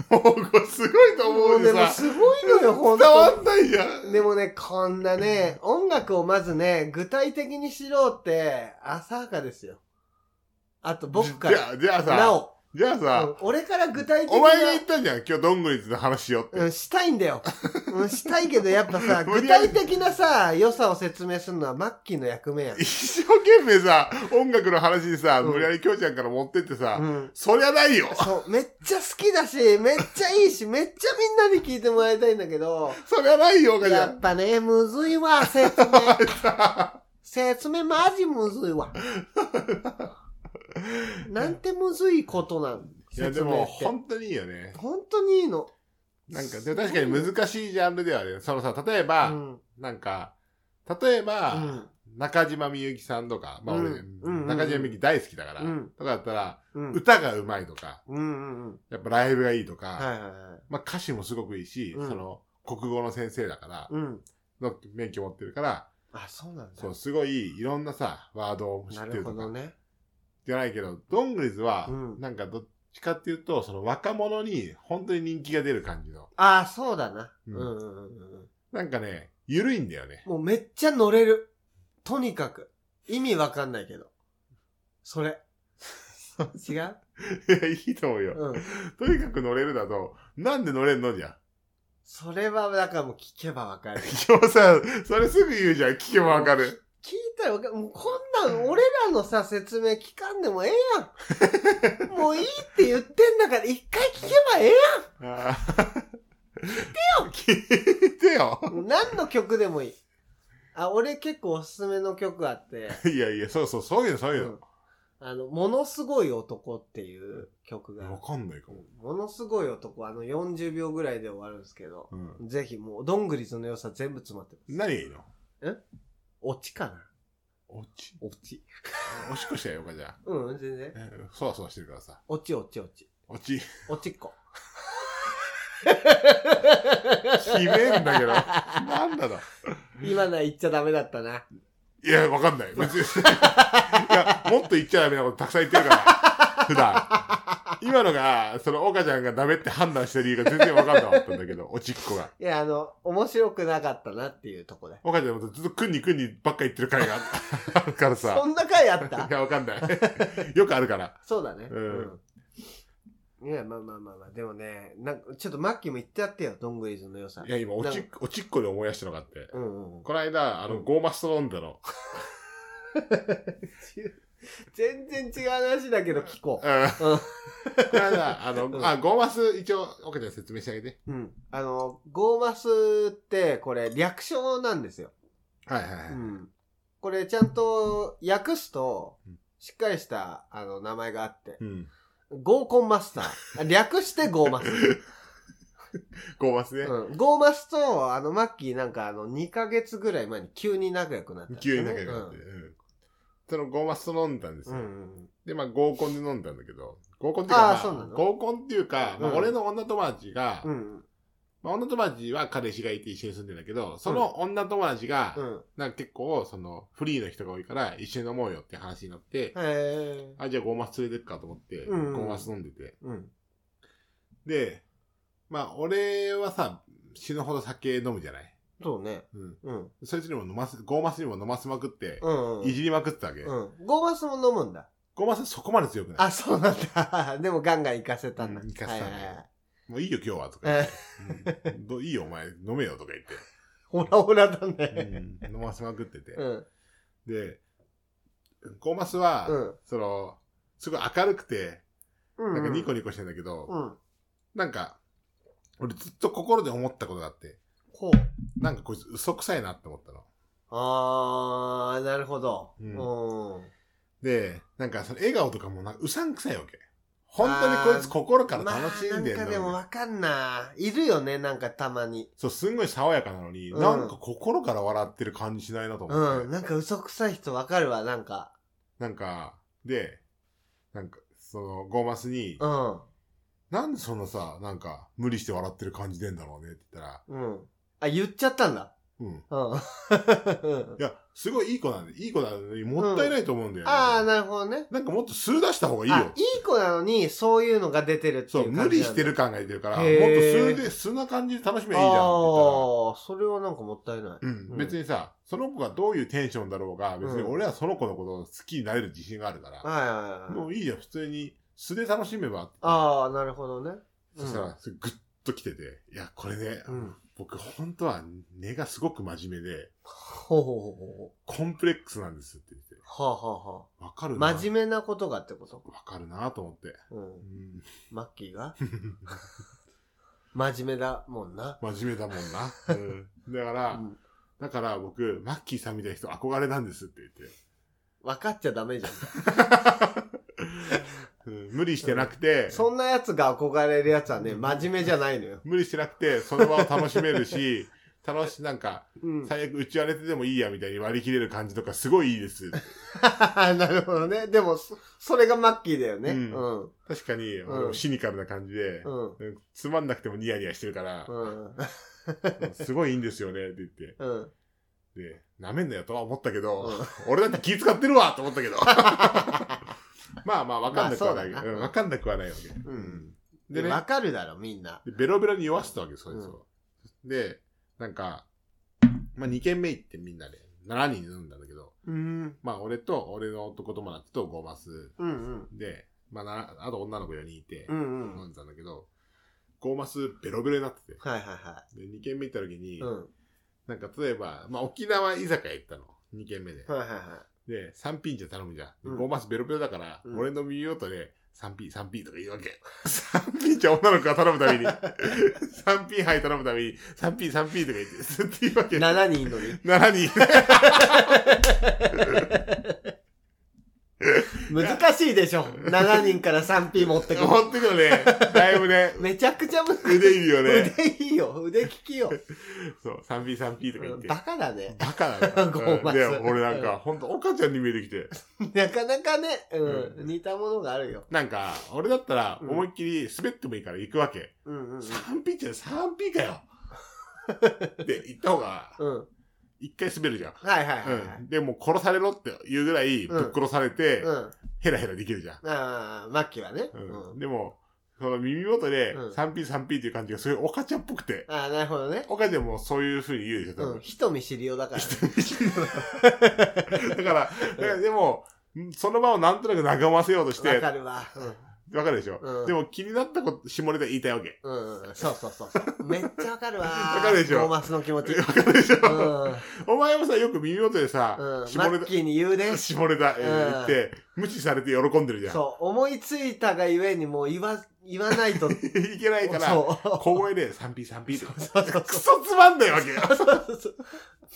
Speaker 2: もうこれすごいうと
Speaker 1: も
Speaker 2: 思
Speaker 1: う
Speaker 2: うよ
Speaker 1: でも
Speaker 2: さ。
Speaker 1: すごいのよ、
Speaker 2: 伝
Speaker 1: 本当に。
Speaker 2: わんないじゃん。
Speaker 1: でもね、こんなね、音楽をまずね、具体的に知ろうって、浅はかですよ。あと僕か
Speaker 2: じ
Speaker 1: ら、
Speaker 2: ゃあ、じゃあ
Speaker 1: な
Speaker 2: さ、
Speaker 1: お、
Speaker 2: じゃあ
Speaker 1: うん
Speaker 2: さ、
Speaker 1: 俺から具体的
Speaker 2: お前が言っ
Speaker 1: に
Speaker 2: たじゃん。今日どんぐりずの話しようって。
Speaker 1: うん、したいんだよ。うん、したいけどやっぱ さ、
Speaker 2: 無
Speaker 1: 具
Speaker 2: 理やり
Speaker 1: 体的なさ、良さを説明するのはマッキーの役目やん。
Speaker 2: 一生懸命さ、音楽の話にさ、
Speaker 1: うん
Speaker 2: 無理やりきょうちゃんから持ってってさ、
Speaker 1: うん。
Speaker 2: そりゃないよ。
Speaker 1: そう、めっちゃ好きだし、めっちゃいいし、めっちゃみんなに聞いてもらいたいんだけど、
Speaker 2: そりゃないよ、かちゃ
Speaker 1: や
Speaker 2: ん
Speaker 1: っ。ぱね、むずいわ、説 明。説明マジむずいわ。なんてむずいことなん
Speaker 2: いや、で
Speaker 1: 説明
Speaker 2: も、
Speaker 1: って。
Speaker 2: 本当にいいよね。
Speaker 1: 本当にいいの。
Speaker 2: なんか、でも確かに難しいジャンルではあるよ。そのさ、例え
Speaker 1: う
Speaker 2: ば、
Speaker 1: ん。
Speaker 2: なんか、例えば、
Speaker 1: うん。
Speaker 2: 中島みゆきさんとか、まあ俺、
Speaker 1: うんうん
Speaker 2: 中島みゆき大好きだから、
Speaker 1: うん
Speaker 2: とかだったら、
Speaker 1: うん。
Speaker 2: 歌がうまいとか、
Speaker 1: うんうんうん。
Speaker 2: やっぱライブがいいとか、
Speaker 1: はいはいはい。
Speaker 2: まあ歌詞もすごくいいし、
Speaker 1: うん
Speaker 2: その、国語の先生だから、
Speaker 1: うん。
Speaker 2: の免許持ってるから、
Speaker 1: あ、そうなんだ
Speaker 2: そ。う、すごい、いろんなさ、ワードを知
Speaker 1: な
Speaker 2: って
Speaker 1: る
Speaker 2: る
Speaker 1: ほ
Speaker 2: とか
Speaker 1: ど、ね。
Speaker 2: じゃないけど、ドングリズは、
Speaker 1: うん
Speaker 2: なんかどっちかっていうと、その若者に本当に人気が出る感じの。
Speaker 1: あ、そうだな。う
Speaker 2: うんん
Speaker 1: うんうんうん。
Speaker 2: なんかね、ゆるいんだよね。
Speaker 1: もうめっちゃ乗れる。とにかく。意味わかんないけど。そ れ。違う
Speaker 2: いや、いいと思うよ。
Speaker 1: うん。
Speaker 2: とにかく乗れるだと、なんで乗れんのじゃ ん。
Speaker 1: それは、だからもう聞けばわかる。
Speaker 2: 今日さ、それすぐ言うじゃん。聞けばわかる。
Speaker 1: 聞いたらわかるもうこんなん俺らのさ説明聞かんでもええやん もういいって言ってんだから一回聞けばええ
Speaker 2: あー聞いてよ聞いて
Speaker 1: やん
Speaker 2: よ
Speaker 1: もう何の曲でもいいあ俺結構おすすめの曲あって、
Speaker 2: いやいや、そうそう、そういうの、そういう
Speaker 1: うんあの「ものすごい男」っていう曲が
Speaker 2: の。わかんないかも。
Speaker 1: ものすごい男あの40秒ぐらいで終わるんですけど
Speaker 2: うん。
Speaker 1: ぜひもうどんぐりずの良さ全部詰まってます
Speaker 2: 何がいいの
Speaker 1: オチかな
Speaker 2: おち。
Speaker 1: オチ
Speaker 2: おしっこしたよ、かじゃ
Speaker 1: うん全然
Speaker 2: あ。うんそわそわしてるからさ。
Speaker 1: オチオチオチ
Speaker 2: おち。
Speaker 1: オチっこ
Speaker 2: ひめんだけど。なんだろう。
Speaker 1: 今なら言っちゃダメだったない
Speaker 2: や、わかんない。別に。いや、もっと言っちゃダメなことたくさん言ってるから、普段。今のが、その、岡ちゃんがダメって判断した理由が全然わかんなかったんだけど、おちっこが。
Speaker 1: いや、あの、面白くなかったなっていうとこで。
Speaker 2: 岡ちゃんもずっとくんにくんにばっか言ってる回があったあるから
Speaker 1: そ
Speaker 2: さ。
Speaker 1: んな回あっ
Speaker 2: い
Speaker 1: た
Speaker 2: や、わかんない。よくあるから。
Speaker 1: そうだね。
Speaker 2: うん
Speaker 1: うん。いや、まあまあまあまあ、でもね、なんか、ちょっとマッキーも言ってやってよ、どんぐりずの良さ
Speaker 2: い。や、今、おちっ、おちっこで思い出したのがあって。
Speaker 1: うんうんうん。
Speaker 2: この間、あ
Speaker 1: う
Speaker 2: の、
Speaker 1: ん
Speaker 2: ゴーマスト飲んだの。
Speaker 1: 全然違う話だけど聞こ
Speaker 2: うん。この間、あ
Speaker 1: うん
Speaker 2: の、あ、ゴーマス、一応、岡ちゃん説明してあげて。
Speaker 1: う。うん。あの、ゴーマスって、これ、略称なんですよ。
Speaker 2: はいはいは
Speaker 1: う
Speaker 2: い。
Speaker 1: ん。これ、ちゃんと訳すと
Speaker 2: うん、
Speaker 1: しっかりした、あの、名前があって。
Speaker 2: うん。
Speaker 1: 合コンマスター。略してゴーマス。
Speaker 2: ゴーマスね。
Speaker 1: うん、ゴーマスと、あの、マッキーなんか、あの、2ヶ月ぐらい前に急に仲良くなったんです
Speaker 2: 急
Speaker 1: よ
Speaker 2: に
Speaker 1: ね、
Speaker 2: 仲良くなって。うんそのゴーマスと飲んだんです
Speaker 1: う
Speaker 2: よ。
Speaker 1: んうんうん。
Speaker 2: で、まあ合コンで飲んだんだけど、合コンっていうか、
Speaker 1: あー
Speaker 2: まあ
Speaker 1: そうなの
Speaker 2: 合コンっていうか、まあ
Speaker 1: うん
Speaker 2: 俺の女友達が
Speaker 1: う、ん
Speaker 2: まあ、女友達は彼氏がいて一緒に住んでんだけど、その女友達が、
Speaker 1: うん。
Speaker 2: なんか結構、その、フリーの人が多いから、一緒に飲もうよって話になって、
Speaker 1: へえ。
Speaker 2: あ、じゃあゴーマス連れてくかと思って、ゴ
Speaker 1: うん
Speaker 2: ーマス飲んでて。
Speaker 1: うん。
Speaker 2: で、まあ、俺はさ、死ぬほど酒飲むじゃない
Speaker 1: そうね。
Speaker 2: うん。
Speaker 1: うん。
Speaker 2: そいつにも飲ます、ゴーマスにも飲ませまくって、
Speaker 1: うん。うん。
Speaker 2: いじりまくってたわけ。
Speaker 1: うん。ゴーマスも飲むんだ。
Speaker 2: ゴーマスそこまで強くない。
Speaker 1: あ、そうなんだ。 でもガンガン行かせたんだ。
Speaker 2: うん行かせたね
Speaker 1: はいはいはい
Speaker 2: もういいよ今日はとか言って
Speaker 1: え
Speaker 2: うんどういいよお前飲めよとか言って。
Speaker 1: ほらほらだね。
Speaker 2: 飲ませまくってて。
Speaker 1: うん。
Speaker 2: で、ゴーマスは、
Speaker 1: うん
Speaker 2: その、すごい明るくて、
Speaker 1: うん。
Speaker 2: なんかニコニコしてんだけど、
Speaker 1: うん。
Speaker 2: なんか、俺ずっと心で思ったことがあって、
Speaker 1: ほう。
Speaker 2: なんかこいつ嘘くさいなって思ったの。
Speaker 1: あー、なるほど。
Speaker 2: う
Speaker 1: うんん。
Speaker 2: で、なんかその笑顔とかもなんかうさんくさいわけ。本当にこいつ心から楽しんでん
Speaker 1: まあ、なんか
Speaker 2: の
Speaker 1: で
Speaker 2: に、
Speaker 1: もわかんな。いるよね、なんかたまに。
Speaker 2: そう、すんごい爽やかなのに、
Speaker 1: うん
Speaker 2: なんか心から笑ってる感じしないなと思って。
Speaker 1: うん。なんか嘘くさい人わかるわ、なんか。
Speaker 2: なんか、で、なんか、その、ゴーマスに、
Speaker 1: うん。
Speaker 2: なんでそんなさ、なんか、無理して笑ってる感じでんだろうねって言ったら、
Speaker 1: うん。あ、言っちゃったんだ。
Speaker 2: うん。
Speaker 1: うん。
Speaker 2: いや、すごいいい子なんで、いい子なのに、もったいないと思うんだよね。
Speaker 1: ああ、なるほどね。
Speaker 2: なんかもっと素出した方がいい
Speaker 1: あ
Speaker 2: よ。
Speaker 1: いい子なのに、そういうのが出てるって
Speaker 2: そ、
Speaker 1: いうう
Speaker 2: 無
Speaker 1: 感じなんだ。
Speaker 2: 理して
Speaker 1: る
Speaker 2: る感が出てるから、もっと
Speaker 1: へー
Speaker 2: 素で、素な感じで楽しめばいいじゃんって言ったら。
Speaker 1: ああ、それはなんかもったいない。
Speaker 2: うん、別にさ、その子がどういうテンションだろうが、別に
Speaker 1: うん
Speaker 2: 俺はその子のことを好きになれる自信があるから、
Speaker 1: はいはいは
Speaker 2: も
Speaker 1: い。
Speaker 2: ういいじゃん、普通に素で楽しめばって言ったの。
Speaker 1: ああ、なるほどね。
Speaker 2: そしたら、ぐっと来てて、いや、これね、
Speaker 1: うん。
Speaker 2: 僕本当は根がすごく真面目で、
Speaker 1: ほうほうほうほ
Speaker 2: コンプレックスなんですって言って、
Speaker 1: う。はあはあは
Speaker 2: わかるな。
Speaker 1: あ。真面目なことがってこと
Speaker 2: わかるなと思って。
Speaker 1: う。
Speaker 2: うんん、
Speaker 1: マッキー が真面目だもんな。
Speaker 2: 真面目だもんな。うん、だから、
Speaker 1: うん
Speaker 2: だから僕、マッキーさんみたいな人憧れなんですって言って。
Speaker 1: 分かっちゃダメじゃん。
Speaker 2: うん無理してなくて、
Speaker 1: そんなやつが憧れるやつはね、真面目じゃないのよ。
Speaker 2: 無理してなくて、その場を楽しめるし、 楽し、なんか、
Speaker 1: うん。
Speaker 2: 最悪打ち割れてでもいいやみたいに割り切れる感じとかすごいいいです。
Speaker 1: なるほどね。でも、そそれがマッキーだよね。
Speaker 2: う
Speaker 1: うんん。
Speaker 2: 確かに、
Speaker 1: ん
Speaker 2: 俺もシニカルな感じで
Speaker 1: う、ん。
Speaker 2: うんつまんなくてもニヤニヤしてるから
Speaker 1: う、ん。
Speaker 2: うんすごいいいんですよねって言って。
Speaker 1: うん。
Speaker 2: で、舐めんなよとは思ったけど、
Speaker 1: うん
Speaker 2: 俺だって気使ってるわと思ったけど。 まあまあ、わかんなくはない。
Speaker 1: まあそうだな
Speaker 2: うんわかんなくはないわけ。
Speaker 1: うん
Speaker 2: うんでね、
Speaker 1: わかるだろ、みんな。
Speaker 2: でベロベロに酔わせたわけです、そいつを。で、なんか、まあ2軒目行ってみんなで、7人で飲んだんだけど、
Speaker 1: うん。
Speaker 2: まあ俺と、俺の男友達とゴマス
Speaker 1: うんうん。
Speaker 2: で、まあな、あと女の子4人いて
Speaker 1: う、んう
Speaker 2: 飲
Speaker 1: ん。
Speaker 2: んでたんだけど、ゴマスベロベロになってて、
Speaker 1: はいはいは
Speaker 2: で、2軒目行った時に、
Speaker 1: い。うん。
Speaker 2: なんか例えば、まあ沖縄居酒屋行ったの、2軒目で。
Speaker 1: はいはいは
Speaker 2: で、3ピンじゃ頼むじゃん。
Speaker 1: うん
Speaker 2: ゴーマスベロベロだから、
Speaker 1: うん
Speaker 2: 俺の耳元で、3ピン、3ピンとか言うわけ。3ピンじゃ女の子が頼むた めに、3ピン杯頼むために、3ピン、3ピンとか言って、ずっと言うわ
Speaker 1: い。
Speaker 2: け。
Speaker 1: 7人いるのに。
Speaker 2: 7人。
Speaker 1: 難しいでしょ。7人から 3P 持ってくる。
Speaker 2: ほんとくのね、だいぶね、
Speaker 1: めちゃくちゃ難しい。
Speaker 2: 腕いるよね。
Speaker 1: 腕いいよ。腕利き よ。
Speaker 2: そう、3ピン、3ピンとか言って。
Speaker 1: バカだね。
Speaker 2: バカだ ね。
Speaker 1: ゴーマス
Speaker 2: で、俺なんか、ほんと、岡ちゃんに見えてきて。
Speaker 1: なかなかね、うん、
Speaker 2: うん
Speaker 1: 似たものがあるよ。
Speaker 2: なんか、俺だったら、
Speaker 1: うん
Speaker 2: 思いっきり滑ってもいいから行くわけ。
Speaker 1: うんうんうん。
Speaker 2: 3ピンじゃ3ピンか よ。で、行った方が、
Speaker 1: うん。
Speaker 2: 一回滑るじゃん。
Speaker 1: はいはいはいは
Speaker 2: う
Speaker 1: い
Speaker 2: ん。。でも殺されろっていうぐらいぶっ殺されて、
Speaker 1: うん。あ
Speaker 2: ヘラヘラできるじゃん。
Speaker 1: あ、マッキーはね。う
Speaker 2: うん
Speaker 1: ん。
Speaker 2: でも、その耳元で
Speaker 1: うん
Speaker 2: 3P3P っていう感じがすごい岡ちゃんっぽくて、
Speaker 1: ああ、なるほどね。
Speaker 2: 岡ちゃんもそういう風に言うでしょ、多
Speaker 1: うん。人見知りよだからね。
Speaker 2: 分。 だから、だからでも、その場をなんとなく和ませようとして、
Speaker 1: わ
Speaker 2: わ
Speaker 1: か
Speaker 2: か
Speaker 1: るわ。
Speaker 2: るでしょ、
Speaker 1: うん
Speaker 2: でも気になったこと、下ネタ言いたいわけ。
Speaker 1: うん。うんうん。そうそうそうそう。めっちゃわかるわ。わ
Speaker 2: かるでしょ
Speaker 1: トーマスの気持ち。うん。
Speaker 2: わかるでしょ、
Speaker 1: うん。
Speaker 2: お前もさ、よく耳元でさ、
Speaker 1: マ
Speaker 2: 下ネ
Speaker 1: ッ
Speaker 2: タ、
Speaker 1: キーに言うね。
Speaker 2: 下ネタえー言って、無視されて喜んでるじゃん。
Speaker 1: そう。思いついたがゆえにもう言わ、言わないと。
Speaker 2: いけないから、
Speaker 1: そう。
Speaker 2: 小声で 3P3P とか。
Speaker 1: そうそう
Speaker 2: クソつまんないわけよ。
Speaker 1: そうそう。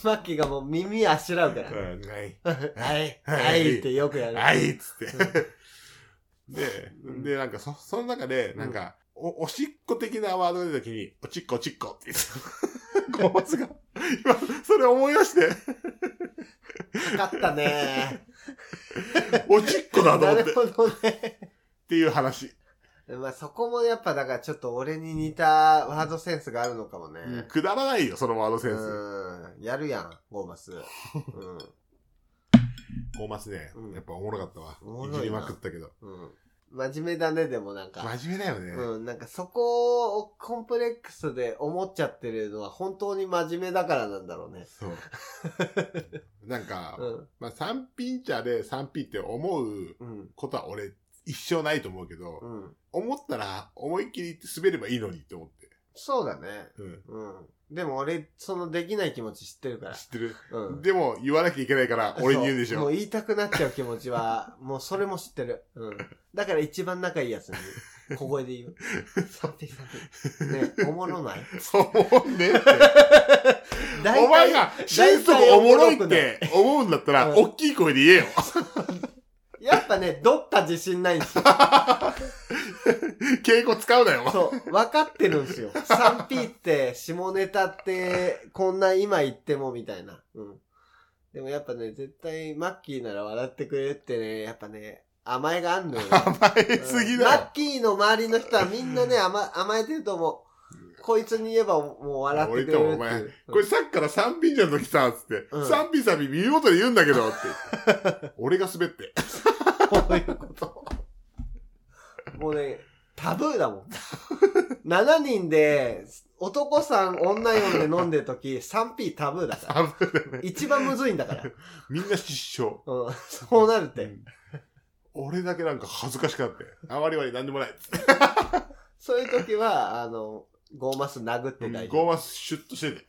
Speaker 1: マッキーがもう耳あしらうから。
Speaker 2: うん、はい。
Speaker 1: はい、
Speaker 2: はい
Speaker 1: はいってよくやる。
Speaker 2: はい、っつって。で
Speaker 1: う、ん
Speaker 2: で、なんか、そ、その中で、なんか、お、おしっこ的なワードが出た時に、おちっこおちっこって言ってた。ゴマスが。今、それ思い出して、
Speaker 1: かかったね。
Speaker 2: おちっこだと
Speaker 1: な
Speaker 2: 思っ
Speaker 1: る
Speaker 2: て。っ
Speaker 1: ほどね。
Speaker 2: ていう話。
Speaker 1: まあそこもやっぱだからちょっと俺に似たワードセンスがあるのかもね。
Speaker 2: うんくだらないよ、そのワードセンス。
Speaker 1: うん。やるやん、ゴー マス。うん。
Speaker 2: コーマスね
Speaker 1: うん、
Speaker 2: やっぱおもろかったわ。
Speaker 1: おもろい
Speaker 2: い
Speaker 1: な
Speaker 2: じりまくったけど。
Speaker 1: うん。真面目だね、でもなんか。
Speaker 2: 真面目だよね。
Speaker 1: うん、なんかそこをコンプレックスで思っちゃってるのは本当に真面目だからなんだろうね。
Speaker 2: そう。なんか、
Speaker 1: うん。
Speaker 2: まあ、三品茶で三品って思う
Speaker 1: うん。
Speaker 2: ことは俺、一生ないと思うけど、
Speaker 1: うん。
Speaker 2: 思ったら思いっきり滑ればいいのにって思って。
Speaker 1: そうだね。
Speaker 2: うん。
Speaker 1: うん。でも俺、そのできない気持ち知ってるから
Speaker 2: 知。ってる、
Speaker 1: うん。
Speaker 2: でも、言わなきゃいけないから、俺に言うんでし
Speaker 1: そも
Speaker 2: ょ
Speaker 1: う。言いたくなっちゃう気持ちは、 もうそれも知ってる。うん。だから一番仲いいやつに、小声で言 う。サンピサンピ。ね、おもろない
Speaker 2: そう思うねって。
Speaker 1: 大体
Speaker 2: お前が、心底おもろいって思うんだったら、
Speaker 1: うん
Speaker 2: 大きい声で言えよ。
Speaker 1: やっぱね、どっか自信ないんですよ。
Speaker 2: 敬語使うなよ。
Speaker 1: そう、分かってるんですよ。3P って、下ネタって、こんな今言ってもみたいな。うん。でもやっぱね、絶対、マッキーなら笑ってくれるってね、やっぱね、甘えがあんのよ。
Speaker 2: 甘えすぎ
Speaker 1: マ
Speaker 2: だよ。
Speaker 1: ッキーの周りの人はみんなね、甘甘えてると思う。こいつに言えばもう笑ってくれるっていう。
Speaker 2: 俺とお前これさっきから三品茶の時さ、つって
Speaker 1: うん、
Speaker 2: 三品三品見事に言うんだけど、って。 俺が滑って。
Speaker 1: こういうこと。もうね、タブーだもん。7人で、男さん、女呼んで飲んでるとき、3P タブーだから。
Speaker 2: あぶ
Speaker 1: 一番むずいんだから。
Speaker 2: みんな失笑。
Speaker 1: うん、そうなるって。
Speaker 2: うん俺だけなんか恥ずかしくなって。あまりわりなんでもない。
Speaker 1: そういう時は、あの、ゴーマス殴って大
Speaker 2: ゴ
Speaker 1: 丈
Speaker 2: ー
Speaker 1: 夫。
Speaker 2: マスシュッとして て。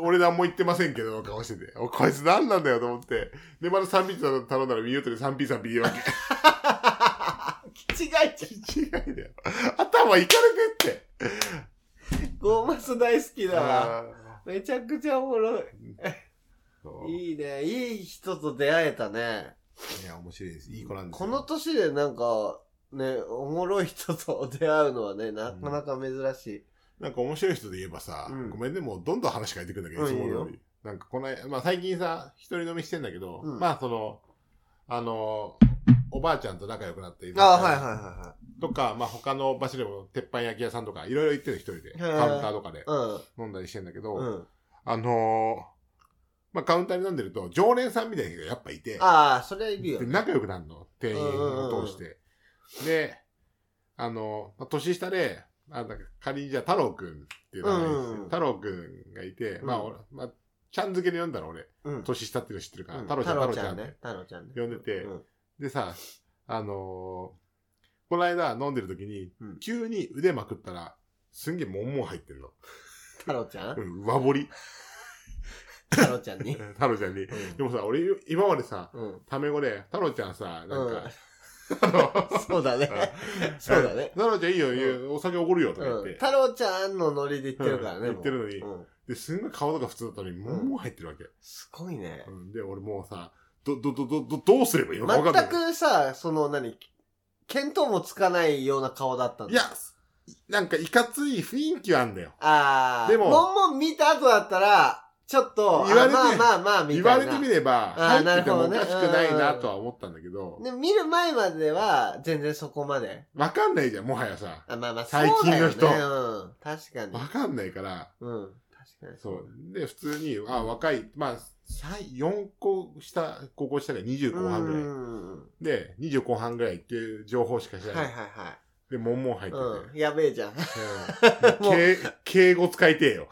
Speaker 2: 俺何も言ってませんけど、顔してて。おこいつ何なんだよと思って。で、また3ピー頼んだら見事に3ピー3ピー言うわけ。
Speaker 1: 違いちゃ
Speaker 2: 違いだよ。 頭いかれてって。
Speaker 1: う。ゴーマス大好きだわ。
Speaker 2: あ
Speaker 1: めちゃくちゃおもろい。
Speaker 2: ーそう
Speaker 1: いいね。いい人と出会えたね。
Speaker 2: いや、面白いです。いい子なんです
Speaker 1: こ
Speaker 2: よ
Speaker 1: の年でなんか、ね、おもろい人と出会うのはね、なかなか珍しい。
Speaker 2: なんか面白い人で言えばさ、
Speaker 1: うん
Speaker 2: ごめんね、もうどんどん話変えてくんだけど、
Speaker 1: うん
Speaker 2: いつも
Speaker 1: いいよ
Speaker 2: 通り。なんかこの間、まあ最近さ、一人飲みしてんだけど、
Speaker 1: うん
Speaker 2: まあその、あの、おばあちゃんと仲良くなったりと
Speaker 1: あ
Speaker 2: か
Speaker 1: あ、はいはいは
Speaker 2: とか、まあ他の場所でも鉄板焼き屋さんとか、いろいろ行ってる一人で、
Speaker 1: ー
Speaker 2: カウンターとかで
Speaker 1: いは
Speaker 2: 飲んだりしてんだけ
Speaker 1: い。
Speaker 2: ど、
Speaker 1: うん。うん。
Speaker 2: あのーまあカウンターに飲んでると、常連さんみたいな人がやっぱいて、
Speaker 1: ああ、それはいるよ
Speaker 2: で
Speaker 1: ね。
Speaker 2: 仲良くなるの店員を通して。で、あの、まあ年下で、あなんか仮にじゃあ太郎くんっていう名前です、
Speaker 1: うん
Speaker 2: 太郎くんがいて、まあ、
Speaker 1: うん
Speaker 2: 俺まあ、ちゃん付けで呼んだの俺。
Speaker 1: うん。
Speaker 2: 年下っていうの知ってるから、
Speaker 1: うん
Speaker 2: 太郎ちゃん、太郎ちゃん、
Speaker 1: ね。太郎ちゃんね。
Speaker 2: 呼んでて
Speaker 1: うん。
Speaker 2: でさ、あのーこの間飲んでる時に、
Speaker 1: うん
Speaker 2: 急に腕まくったら、すんげえもんもん入ってんの。
Speaker 1: 太郎ちゃ
Speaker 2: うんん、上掘り。
Speaker 1: 太郎ちゃん に。
Speaker 2: 太郎ちゃんに。で
Speaker 1: う
Speaker 2: もさ、俺、今までさ、
Speaker 1: ん。うん
Speaker 2: タメ語で、太郎ちゃんさ、なんか、
Speaker 1: そうだね
Speaker 2: う。
Speaker 1: そうだね。
Speaker 2: 太郎ちゃんいいよ、いいよお酒おごるよ、とか言
Speaker 1: う
Speaker 2: っ
Speaker 1: ん
Speaker 2: て。
Speaker 1: 太郎ちゃんのノリで言ってるからね。
Speaker 2: うん言ってるのに
Speaker 1: もううん
Speaker 2: で、すんごい顔とか普通だったのに、もうもう入ってるわけ。
Speaker 1: すごいね。
Speaker 2: うん、で、俺もうさ、ど、ど、ど、ど、どどうすればいいのか分か
Speaker 1: 全
Speaker 2: んない。
Speaker 1: くさ、その何、見当もつかないような顔だったんだ。
Speaker 2: いや、なんかいかつい雰囲気はあんだよ。
Speaker 1: あー。
Speaker 2: でも
Speaker 1: もんもん見た後だったら、ちょっと、あ
Speaker 2: 言われて
Speaker 1: まあまあまあ、みたい
Speaker 2: 言
Speaker 1: な。
Speaker 2: われてみれば、
Speaker 1: あ
Speaker 2: 入
Speaker 1: ー
Speaker 2: っててもお
Speaker 1: な
Speaker 2: か
Speaker 1: る
Speaker 2: し
Speaker 1: ほ
Speaker 2: く
Speaker 1: どね
Speaker 2: ないなとは思ったんだけど、
Speaker 1: で見る前までは、全然そこまで。
Speaker 2: わかんないじゃん、もはやさ。
Speaker 1: あまあまあ、そうだ
Speaker 2: 最
Speaker 1: よね。
Speaker 2: 近の人
Speaker 1: うん。確かに。
Speaker 2: わかんないから、
Speaker 1: うん。確かに。
Speaker 2: そう。。で、普通に、あ、若い、まあ、三4個下、高校下が20後半ぐらい。
Speaker 1: うん。
Speaker 2: で、20後半ぐらいっていう情報しかし
Speaker 1: はい
Speaker 2: ない。
Speaker 1: はいはい。
Speaker 2: で、もんもん入ってて。
Speaker 1: う ん。やべえじゃん。
Speaker 2: うん敬敬語使いてえよ。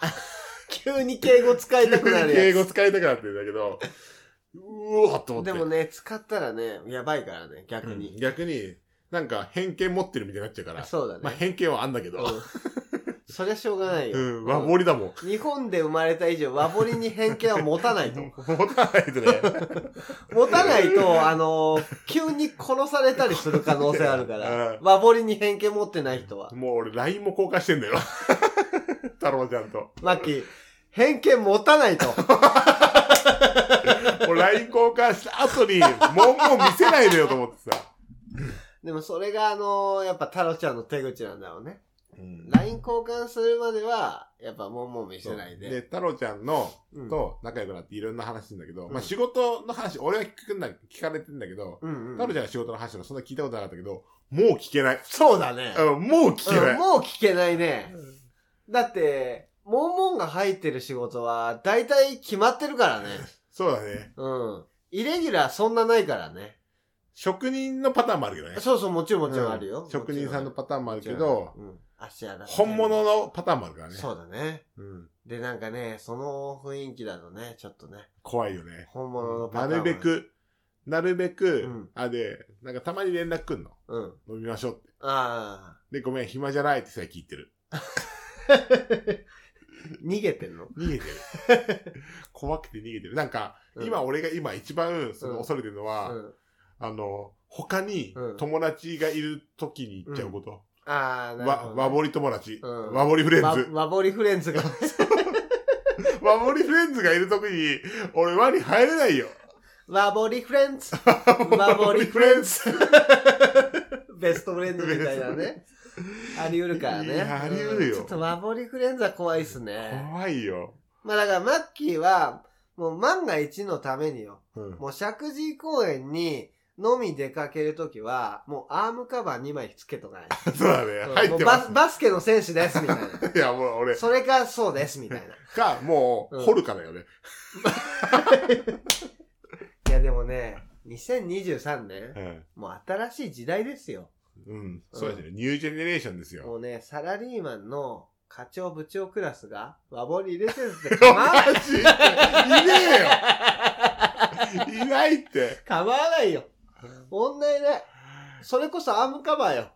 Speaker 1: 急に敬語使いたくな るやつ。
Speaker 2: 敬語使いたくなってるんだけど、うわっと思って。
Speaker 1: でもね、使ったらね、やばいからね、逆
Speaker 2: うん
Speaker 1: に。
Speaker 2: 逆に、なんか偏見持ってるみたいになっちゃうから。
Speaker 1: そうだね。
Speaker 2: まあ偏見はあんだけど。
Speaker 1: うん そりゃしょうがないよ。
Speaker 2: うん、和彫りだも ん。
Speaker 1: 日本で生まれた以上、和彫りに偏見は持たない と。
Speaker 2: 持たないとね。
Speaker 1: 持たないと、あのー急に殺されたりする可能性あるか
Speaker 2: う
Speaker 1: ら
Speaker 2: ん、
Speaker 1: 和彫りに偏見持ってない人は。
Speaker 2: もう俺 LINE も交換してんだよ。 太郎ちゃんと。
Speaker 1: マッキー、偏見持たないと。
Speaker 2: 俺 LINE 交換した後に、もんもん見せないでよと思ってさ。
Speaker 1: でもそれが、あのーやっぱ太郎ちゃんの手口なんだろうね。
Speaker 2: うん。
Speaker 1: LINE 交換するまでは、やっぱもんもん見せない
Speaker 2: で、
Speaker 1: で。
Speaker 2: 太郎ちゃんの、
Speaker 1: うん、
Speaker 2: と仲良くなっていろんな話するんだけど、
Speaker 1: うん
Speaker 2: まあ仕事の話、俺は聞くんだ、聞かれてんだけど、
Speaker 1: うんうん
Speaker 2: 太郎ちゃんが仕事の話とかそんな聞いたことなかったけど、もう聞けない。
Speaker 1: そうだね
Speaker 2: あ。のもう聞けな
Speaker 1: うん
Speaker 2: い。
Speaker 1: もう聞けないね。だって、もんもんが入ってる仕事は、だいたい決まってるからね。
Speaker 2: そうだね。
Speaker 1: うん。イレギュラーそんなないからね。
Speaker 2: 職人のパターンもあるけどね。
Speaker 1: そうそう、もちろんもちろんあるよ。
Speaker 2: うん職人さんの
Speaker 1: も
Speaker 2: パターンもある
Speaker 1: ち
Speaker 2: け
Speaker 1: ろん
Speaker 2: ど、、
Speaker 1: うん、足洗って
Speaker 2: 本物のパターンもあるからね。
Speaker 1: そうだね。
Speaker 2: うん
Speaker 1: で、なんかね、その雰囲気だとね、ちょっとね、
Speaker 2: 怖いよね。
Speaker 1: 本物のパター
Speaker 2: な
Speaker 1: ンはね
Speaker 2: るべ。く、なるべく、
Speaker 1: うん
Speaker 2: あ、で、なんかたまに連絡くんの。
Speaker 1: うん。
Speaker 2: 飲みましょうって。
Speaker 1: ああ。
Speaker 2: で、ごめん、暇じゃないってさえ聞いてる。
Speaker 1: 逃げてんの
Speaker 2: 逃げてる。 怖くて逃げてる。なんか、
Speaker 1: うん
Speaker 2: 今、俺が今一番その
Speaker 1: うん
Speaker 2: 恐れてるのは、
Speaker 1: うん。
Speaker 2: あの、他に
Speaker 1: うん
Speaker 2: 友達がいる時に行っちゃうこと。
Speaker 1: ああ、なる
Speaker 2: わ、
Speaker 1: ほど、ね。
Speaker 2: わぼり友達。
Speaker 1: うん
Speaker 2: わぼりフレンズ。
Speaker 1: わ、わぼりフレンズ が。
Speaker 2: わぼりフレンズがいる時に、俺輪に入れないよ。
Speaker 1: わぼりフレンズ。わぼりフレンズ。ベストフレンズみたいなね。あり得るから
Speaker 2: い
Speaker 1: ね。
Speaker 2: やあり得るよ
Speaker 1: うんちょっとわぼりフレンズは怖いっすね。
Speaker 2: 怖いよ。
Speaker 1: まあだからマッキーは、もう万が一のためによ。
Speaker 2: うん。
Speaker 1: もう石神井公園に、のみ出かけるときは、もうアームカバー2枚つけとかない。
Speaker 2: そうだね。 入
Speaker 1: も
Speaker 2: っ
Speaker 1: う
Speaker 2: てま
Speaker 1: バ
Speaker 2: す
Speaker 1: ス。バスケの選手です、み たいな。
Speaker 2: いや、もう俺、
Speaker 1: それか、そうです、みたいな。
Speaker 2: か、も
Speaker 1: う
Speaker 2: う、
Speaker 1: ん
Speaker 2: 掘るかだよね。
Speaker 1: いやでもね、2023年、
Speaker 2: うん。
Speaker 1: もう新しい時代ですよ。
Speaker 2: うん。そうですね。ニュージェネレーションですよ。
Speaker 1: もうね、サラリーマンの課長部長クラス が、和彫り入れてるって
Speaker 2: お
Speaker 1: 構わ
Speaker 2: か
Speaker 1: ない。
Speaker 2: しいっていねえよい ないって。
Speaker 1: 構わないよ。問題ない。それこそアームカバーよ。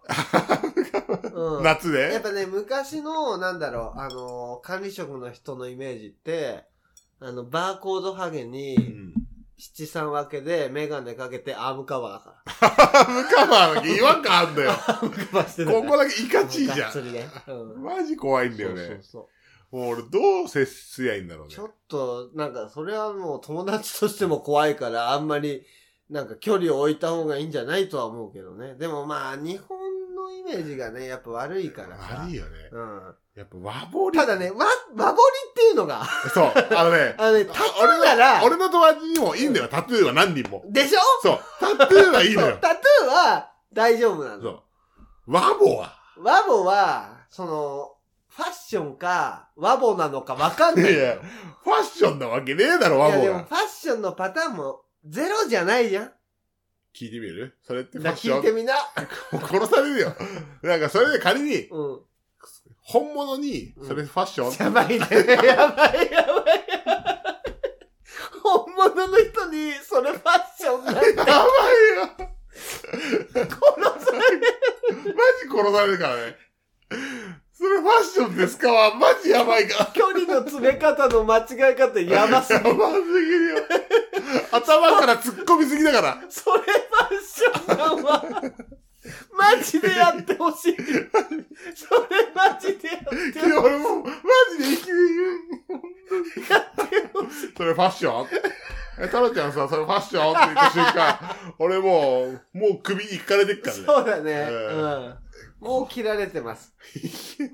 Speaker 1: うん、や
Speaker 2: 夏
Speaker 1: っ
Speaker 2: で
Speaker 1: ぱね、昔の、なんだろう、あのー管理職の人のイメージって、あの、バーコードハゲ
Speaker 2: う
Speaker 1: に、
Speaker 2: ん。
Speaker 1: 七三分けで、メガネかけてアームカバーだか
Speaker 2: ハムカバーだけ違和感あん だよ。
Speaker 1: ら。アームカバーして
Speaker 2: ここだけイカチいじ
Speaker 1: が
Speaker 2: ゃ
Speaker 1: っつ
Speaker 2: ん。
Speaker 1: りね。うん。
Speaker 2: マジ怖いんだよ
Speaker 1: そうそう
Speaker 2: ね。
Speaker 1: そう。
Speaker 2: もう俺どう接すりゃいいんだろうね
Speaker 1: ちょ。っと、なんか、それはもう友達としても怖いから、あんまり、なんか距離を置いた方がいいんじゃないとは思うけどね。でもまあ、日本のイメージがね、やっぱ悪いからさ。
Speaker 2: 悪いよね。
Speaker 1: うん。
Speaker 2: やっぱ和彫り。
Speaker 1: ただね、。わ、和彫りっていうのが、
Speaker 2: そう。あのね、
Speaker 1: あの ね、タトゥーなら、
Speaker 2: 俺の友達にもいいんだよ、タトゥーは何人も。
Speaker 1: でしょ
Speaker 2: そう。タトゥーはいいの
Speaker 1: そう
Speaker 2: よ。
Speaker 1: タトゥーは大丈夫な
Speaker 2: そ
Speaker 1: の。
Speaker 2: う。和彫は。
Speaker 1: 和ボは、その、ファッションか、和ボなのかわかんないのよ。
Speaker 2: いやいやファッションなわけねえだろ、
Speaker 1: い
Speaker 2: 和
Speaker 1: や
Speaker 2: 彫
Speaker 1: でもファ
Speaker 2: が。
Speaker 1: ッションのパターンもゼロじゃないじゃん。
Speaker 2: 聞いてみるそれってファ
Speaker 1: だ
Speaker 2: ッシ
Speaker 1: 聞
Speaker 2: ョ
Speaker 1: いて
Speaker 2: ン。
Speaker 1: みな。
Speaker 2: 殺されるよ。なんかそれで仮に、
Speaker 1: うん。
Speaker 2: 本物に、それファッション、
Speaker 1: やばいね。やばいやばい。本物の人に、それファッションなんて
Speaker 2: やばいよ
Speaker 1: 殺される。
Speaker 2: マジ殺されるからね。それファッションですかは、マジやばいから。
Speaker 1: 距離の詰め方の間違い方やばす
Speaker 2: や
Speaker 1: ぎ
Speaker 2: ばすぎ
Speaker 1: る。
Speaker 2: るよ。頭から突っ込みすぎだから。
Speaker 1: それファッションなんは、マジでやってほしい。それマジでやって
Speaker 2: いや俺もう、マジで生きている。それファッションえ、タロちゃんさ、それファッションって言った瞬間、俺もう、もう首いかれてっからね。
Speaker 1: そうだね。
Speaker 2: う
Speaker 1: うん。もう切られてます。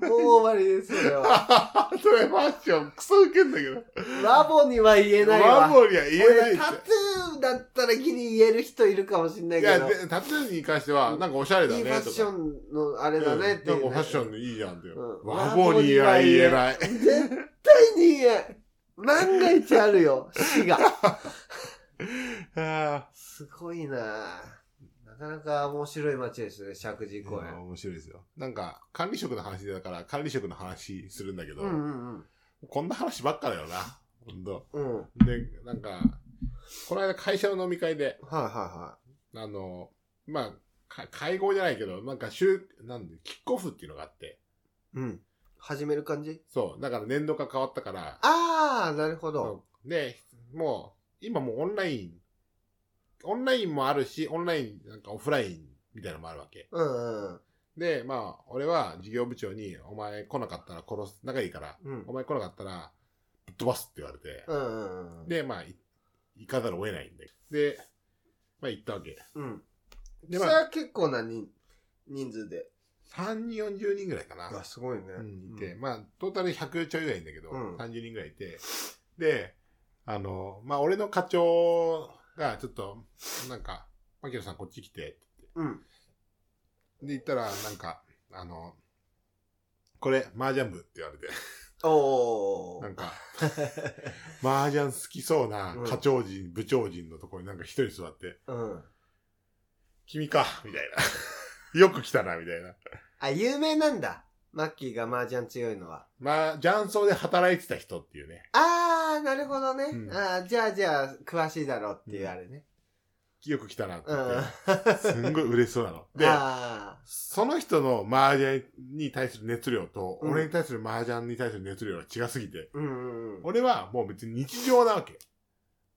Speaker 1: もう終わりです、それは。
Speaker 2: それファッション、クソウケんだけど。
Speaker 1: ラボには言えないわ。
Speaker 2: ワンボには言えない
Speaker 1: 俺
Speaker 2: っ
Speaker 1: タト
Speaker 2: て。
Speaker 1: ゥーだったらギリ言える人いるかもしんない
Speaker 2: い
Speaker 1: け
Speaker 2: や、
Speaker 1: ど。
Speaker 2: でタトゥーに関しては、なんかおしゃれだ
Speaker 1: いい
Speaker 2: ね
Speaker 1: ファッ
Speaker 2: と
Speaker 1: ショ
Speaker 2: か。
Speaker 1: ンのあれだ
Speaker 2: うん
Speaker 1: ねっていう、ね
Speaker 2: なんかファッションでいいじゃんってよ
Speaker 1: うん
Speaker 2: ワボには言えない。
Speaker 1: 絶対に言えん万が一あるよ死が
Speaker 2: あ
Speaker 1: すごいなぁなかなか面白い街ですね石神井
Speaker 2: ー
Speaker 1: 公園
Speaker 2: 面白いですよ。なんか、管理職の話でだから、管理職の話するんだけど
Speaker 1: う、ん
Speaker 2: こんな話ばっかだよな。ほんと。
Speaker 1: うんうんうんはい
Speaker 2: で、なんか、この間会社の飲み会で、
Speaker 1: はいは
Speaker 2: あの、まあ、か会合じゃないけど、なんか週、なんで、キックオフっていうのがあって、
Speaker 1: いうん始める感じ
Speaker 2: そう、だから年度が変わったから、
Speaker 1: ああなるほど
Speaker 2: そうで、もう、今もうオンライン、オンラインもあるし、オンライン、なんかオフラインみたいなのもあるわけ。
Speaker 1: うんうん
Speaker 2: で、まあ、俺は事業部長に、お前来なかったら殺す、仲いいから、
Speaker 1: うん
Speaker 2: お前来なかったら、ぶっ飛ばすって言われて、
Speaker 1: うんうんうん
Speaker 2: で、まあ、い行かざるを得ないんで。で、まあ行ったわけ。
Speaker 1: うん
Speaker 2: で
Speaker 1: そ
Speaker 2: まあ
Speaker 1: れは結構な人人数で
Speaker 2: 3人、40人ぐらいかな。
Speaker 1: あ、すごいね。
Speaker 2: うんいて、まあ、トータル100ちょいぐらいいんだけど、
Speaker 1: うん
Speaker 2: 30人ぐらいいて、で、あの、まあ、俺の課長が、ちょっと、なんか、マキロさんこっち来て、って言って
Speaker 1: うん。
Speaker 2: で、行ったら、なんか、あの、これ、麻雀部って言われて、
Speaker 1: おー。
Speaker 2: なんか、麻雀好きそうな課長陣、部長陣のところになんか一人座って、
Speaker 1: うん。
Speaker 2: 君か、みたいな。 よく来たな、みたいな。
Speaker 1: あ、有名なんだ。マッキーが麻雀強いのは。
Speaker 2: まあ、雀荘で働いてた人っていうね。
Speaker 1: あー、なるほどね。
Speaker 2: うん
Speaker 1: あーじゃあじゃあ、詳しいだろうっていうあれね。
Speaker 2: よく来たなって
Speaker 1: うん。
Speaker 2: 言っ
Speaker 1: あ
Speaker 2: て、 すんごい嬉しそうな の。で、
Speaker 1: あ
Speaker 2: その人の麻雀に対する熱量と、
Speaker 1: うん
Speaker 2: 俺に対する麻雀に対する熱量が違すぎて、
Speaker 1: ー。うんうんうん。
Speaker 2: 俺はもう別に日常なわけ。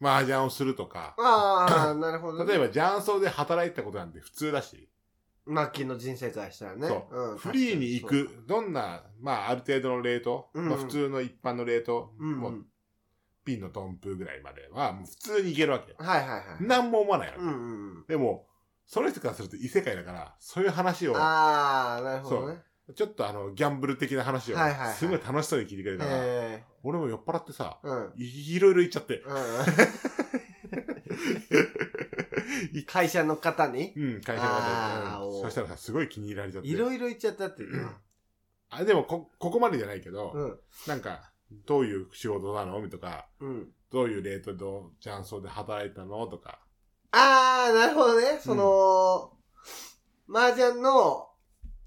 Speaker 2: 麻雀をするとか、
Speaker 1: あー、なるほど、ね。
Speaker 2: 例えば雀荘で働いてたことなんて普通だし、
Speaker 1: マッキーの人生からしたらね。
Speaker 2: そう
Speaker 1: うん
Speaker 2: フリーに行。
Speaker 1: 確か
Speaker 2: く、どんな、まあある程度のレート、
Speaker 1: うん
Speaker 2: まあ普通の一般のレート、
Speaker 1: そううん、
Speaker 2: も
Speaker 1: う。
Speaker 2: うんピンのトンプぐらいまでは、もう普通に行けるわけ。
Speaker 1: はいはいはい。
Speaker 2: なんも思わないわけ。
Speaker 1: うんうんうん。
Speaker 2: でも、その人からすると異世界だから、そういう話を、
Speaker 1: あー、なるほどね。
Speaker 2: ちょっとあの、ギャンブル的な話を
Speaker 1: はいはいはい、
Speaker 2: すごい楽しそうに聞いてくれたから、
Speaker 1: へ
Speaker 2: 俺も酔っ払ってさ、
Speaker 1: ー。うん。
Speaker 2: いいろいろ言っちゃって。
Speaker 1: うん、会社の方に
Speaker 2: うん、会社
Speaker 1: あー
Speaker 2: の方
Speaker 1: お
Speaker 2: で。
Speaker 1: う
Speaker 2: そしたらさ、すごい気に入られちゃって。
Speaker 1: いろいろ言っちゃったっていうのは。
Speaker 2: あ、でもこ、ここまでじゃないけど、
Speaker 1: うん。
Speaker 2: なんか、どういう仕事なのとか、
Speaker 1: うん。
Speaker 2: どういうレートの雀荘で働いたのとか。
Speaker 1: あー、なるほどね。その、麻雀の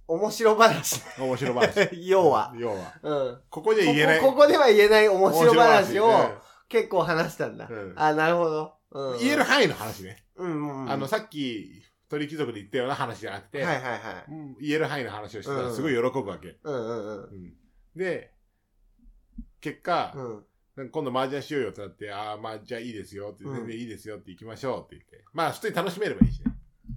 Speaker 1: 面白話。
Speaker 2: 面白話。
Speaker 1: 要は。。
Speaker 2: 要は。
Speaker 1: うん。
Speaker 2: ここじゃ言えない。
Speaker 1: ここここでは言えない面白話
Speaker 2: 面
Speaker 1: を
Speaker 2: 白
Speaker 1: 結構話したんだ。
Speaker 2: うん
Speaker 1: あ、なるほど。うん、
Speaker 2: 言える。範囲の話ね。
Speaker 1: うん、うん。
Speaker 2: あの、さっき、鳥貴族で言ったような話じゃなくて、
Speaker 1: はいはいはい。
Speaker 2: うん言える範囲の話をした
Speaker 1: う
Speaker 2: ら
Speaker 1: ん
Speaker 2: すごい喜ぶわけ。
Speaker 1: うんうんうん。
Speaker 2: うんで、結果、
Speaker 1: うん。
Speaker 2: なんか今度麻雀しようよってなって、ああ、まあ、じゃあいいですよって、
Speaker 1: うん
Speaker 2: 全然いいですよって行きましょうって言って。まあ、普通に楽しめればいいしね。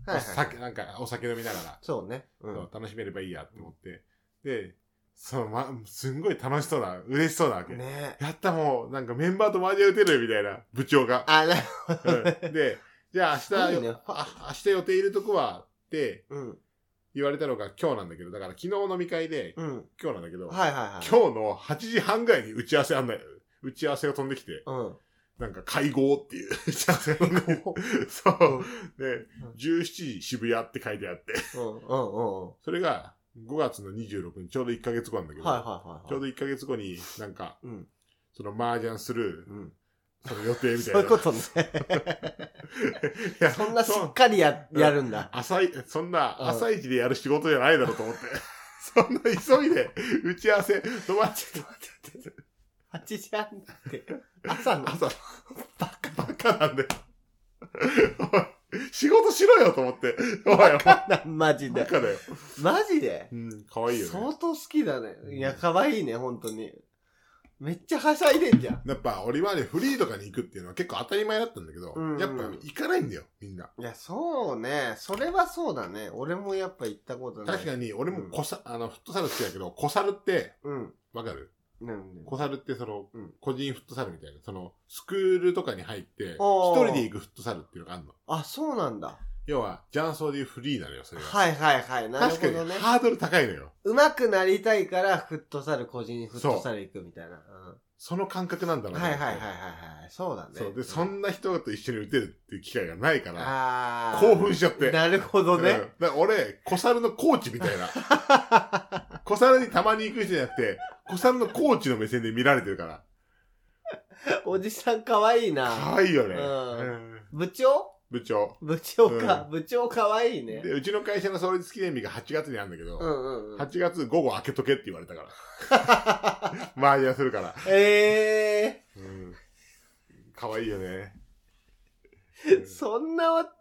Speaker 1: はいはい、
Speaker 2: お酒、なんか、お酒飲みながら、
Speaker 1: そうね。うん。
Speaker 2: そう楽しめればいいやって思って。で、その、ま、すんごい楽しそうな、嬉しそうなわけ。
Speaker 1: ね
Speaker 2: やったもう、なんかメンバーと麻雀打てるよみたいな、部長が。
Speaker 1: あ、な、
Speaker 2: うんで、じゃあ明日
Speaker 1: いいね
Speaker 2: よ、あ明日予定いるとこはって
Speaker 1: うん。
Speaker 2: 言われたのが今日なんだけど、だから昨日飲み会で、
Speaker 1: うん。
Speaker 2: 今日なんだけど、
Speaker 1: はいはいはい。
Speaker 2: 今日の8時半ぐらいに打ち合わせ案内、打ち合わせが飛んできて、
Speaker 1: うん。
Speaker 2: なんか会合っていう打ち合わせが飛んできて そうう。で
Speaker 1: うん、
Speaker 2: 17時渋谷って書いてあって、
Speaker 1: うんうんうんうん。
Speaker 2: それが5月の26日、ちょうど1ヶ月後なんだけど、
Speaker 1: はいはいはいはい。
Speaker 2: ちょうど1ヶ月後になんか、
Speaker 1: うん。
Speaker 2: その麻雀する、
Speaker 1: うん。
Speaker 2: その予定 みたい
Speaker 1: そう
Speaker 2: な。
Speaker 1: いうことね。
Speaker 2: いや
Speaker 1: そんなし
Speaker 2: そ
Speaker 1: っ
Speaker 2: う
Speaker 1: かりや、やるんだ。
Speaker 2: 浅い、そんな
Speaker 1: うん
Speaker 2: 朝一でやる仕事じゃないだろうと思って。 そんな急いで、打ち合わせ、止まっちゃった。
Speaker 1: 8時半って、朝 の。
Speaker 2: 朝、バカ、バカなんで。 おい仕事しろよと思って。おい、バ
Speaker 1: マジで。
Speaker 2: カだよ。
Speaker 1: マジで
Speaker 2: うん、かわいいよね
Speaker 1: 相。当好きだね。いや、可愛いね、本当に。めっちゃはしゃいでんじゃん。
Speaker 2: やっぱ、俺はね、フリーとかに行くっていうのは結構当たり前だったんだけど、
Speaker 1: うんうん
Speaker 2: やっぱ行かないんだよ、みんな。
Speaker 1: いや、そうね。それはそうだね。俺もやっぱ行ったことない。
Speaker 2: 確かに、俺もコサ、あの、フットサル好きだけど、コサルって、
Speaker 1: うん。
Speaker 2: わかる
Speaker 1: なんで。
Speaker 2: コサルってその
Speaker 1: うん、
Speaker 2: 個人フットサルみたいな、その、スクールとかに入って、一
Speaker 1: おー
Speaker 2: 人で行くフットサルっていうのがあるの。
Speaker 1: あ、そうなんだ。
Speaker 2: 要は、雀荘でいうフリーなのよ、それが。
Speaker 1: はいはいはい。なる
Speaker 2: 確
Speaker 1: ほ
Speaker 2: かに
Speaker 1: どね。
Speaker 2: ハードル高いのよ。
Speaker 1: うまくなりたいから、フットサル、個人フットサル行くみたいな。
Speaker 2: その感覚なんだ
Speaker 1: うん
Speaker 2: な。
Speaker 1: はいはいはいはい
Speaker 2: い。
Speaker 1: はい。そうだね。
Speaker 2: そう。で、そんな人と一緒に打てるっていう機会がないから、
Speaker 1: あー
Speaker 2: 興奮しちゃって。
Speaker 1: なるほど
Speaker 2: うんだ
Speaker 1: ね。
Speaker 2: から俺、小猿のコーチみたい な。小猿にたまに行く人じゃなくて、小猿のコーチの目線で見られてるから。
Speaker 1: おじさん可愛い
Speaker 2: か
Speaker 1: な。
Speaker 2: わいいよね。
Speaker 1: うん
Speaker 2: うん
Speaker 1: 部長
Speaker 2: 部長。
Speaker 1: 部長か。
Speaker 2: う
Speaker 1: 部長可愛いね
Speaker 2: で、。うちの会社の創立記念日が8月にあるんだけど、
Speaker 1: うんうんうん。
Speaker 2: 8月午後開けとけって言われ たから。マージャンするから。
Speaker 1: え
Speaker 2: うん。かわいいよね。
Speaker 1: えー、そんなは好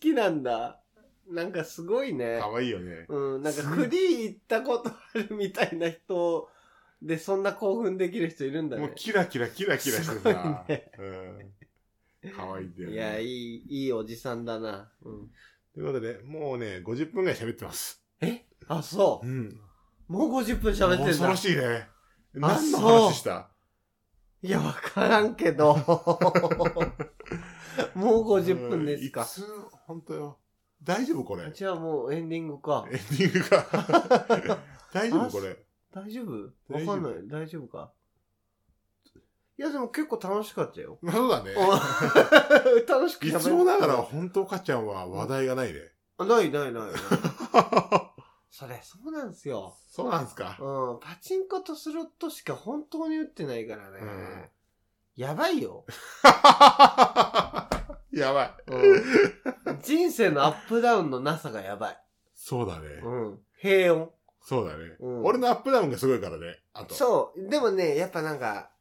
Speaker 1: きなんだ。なんかすごいね
Speaker 2: か。わいいよね。
Speaker 1: うん、なんかフリー行ったことあるみたいな人で、そんな興奮できる人いるんだ
Speaker 2: もう
Speaker 1: ね。
Speaker 2: キラキラキラキラして
Speaker 1: すごい
Speaker 2: さ。
Speaker 1: ね
Speaker 2: うん。かわいいんだよ
Speaker 1: い
Speaker 2: ね。
Speaker 1: や、いい、いいおじさんだな。うん。
Speaker 2: ということで、もうね、50分ぐらい喋ってます。
Speaker 1: あ、そ
Speaker 2: うん。
Speaker 1: う。もう50分喋ってるん
Speaker 2: 恐
Speaker 1: だ
Speaker 2: ろ。しいね。
Speaker 1: あ
Speaker 2: 何の
Speaker 1: そう
Speaker 2: 話した
Speaker 1: いや、わからんけど。もう50分です
Speaker 2: うん
Speaker 1: か
Speaker 2: い。つ、本当よ。大丈夫これ。エン
Speaker 1: じゃあもうエンディングか。
Speaker 2: ディン グが。大丈夫これ。
Speaker 1: 大丈夫わ
Speaker 2: 大丈夫
Speaker 1: かんない。大丈夫かいや、でも結構楽しかったよ。
Speaker 2: まあそうだね。
Speaker 1: お楽しく
Speaker 2: い
Speaker 1: 喋れ
Speaker 2: つもながら、本当かちゃんは話題がないね。
Speaker 1: あないない ないない。それ、そうなんですよ。
Speaker 2: そうなんすか。
Speaker 1: うん。パチンコとスロットしか本当に打ってないからね。
Speaker 2: うん
Speaker 1: やばいよ、
Speaker 2: やばい。
Speaker 1: うん。人生のアップダウンのなさがやばい。
Speaker 2: そうだね
Speaker 1: う。ん。平穏。
Speaker 2: そうだね。
Speaker 1: うん
Speaker 2: 俺のアップダウンがすごいからね。あと。
Speaker 1: そう。でもね、やっぱなんか、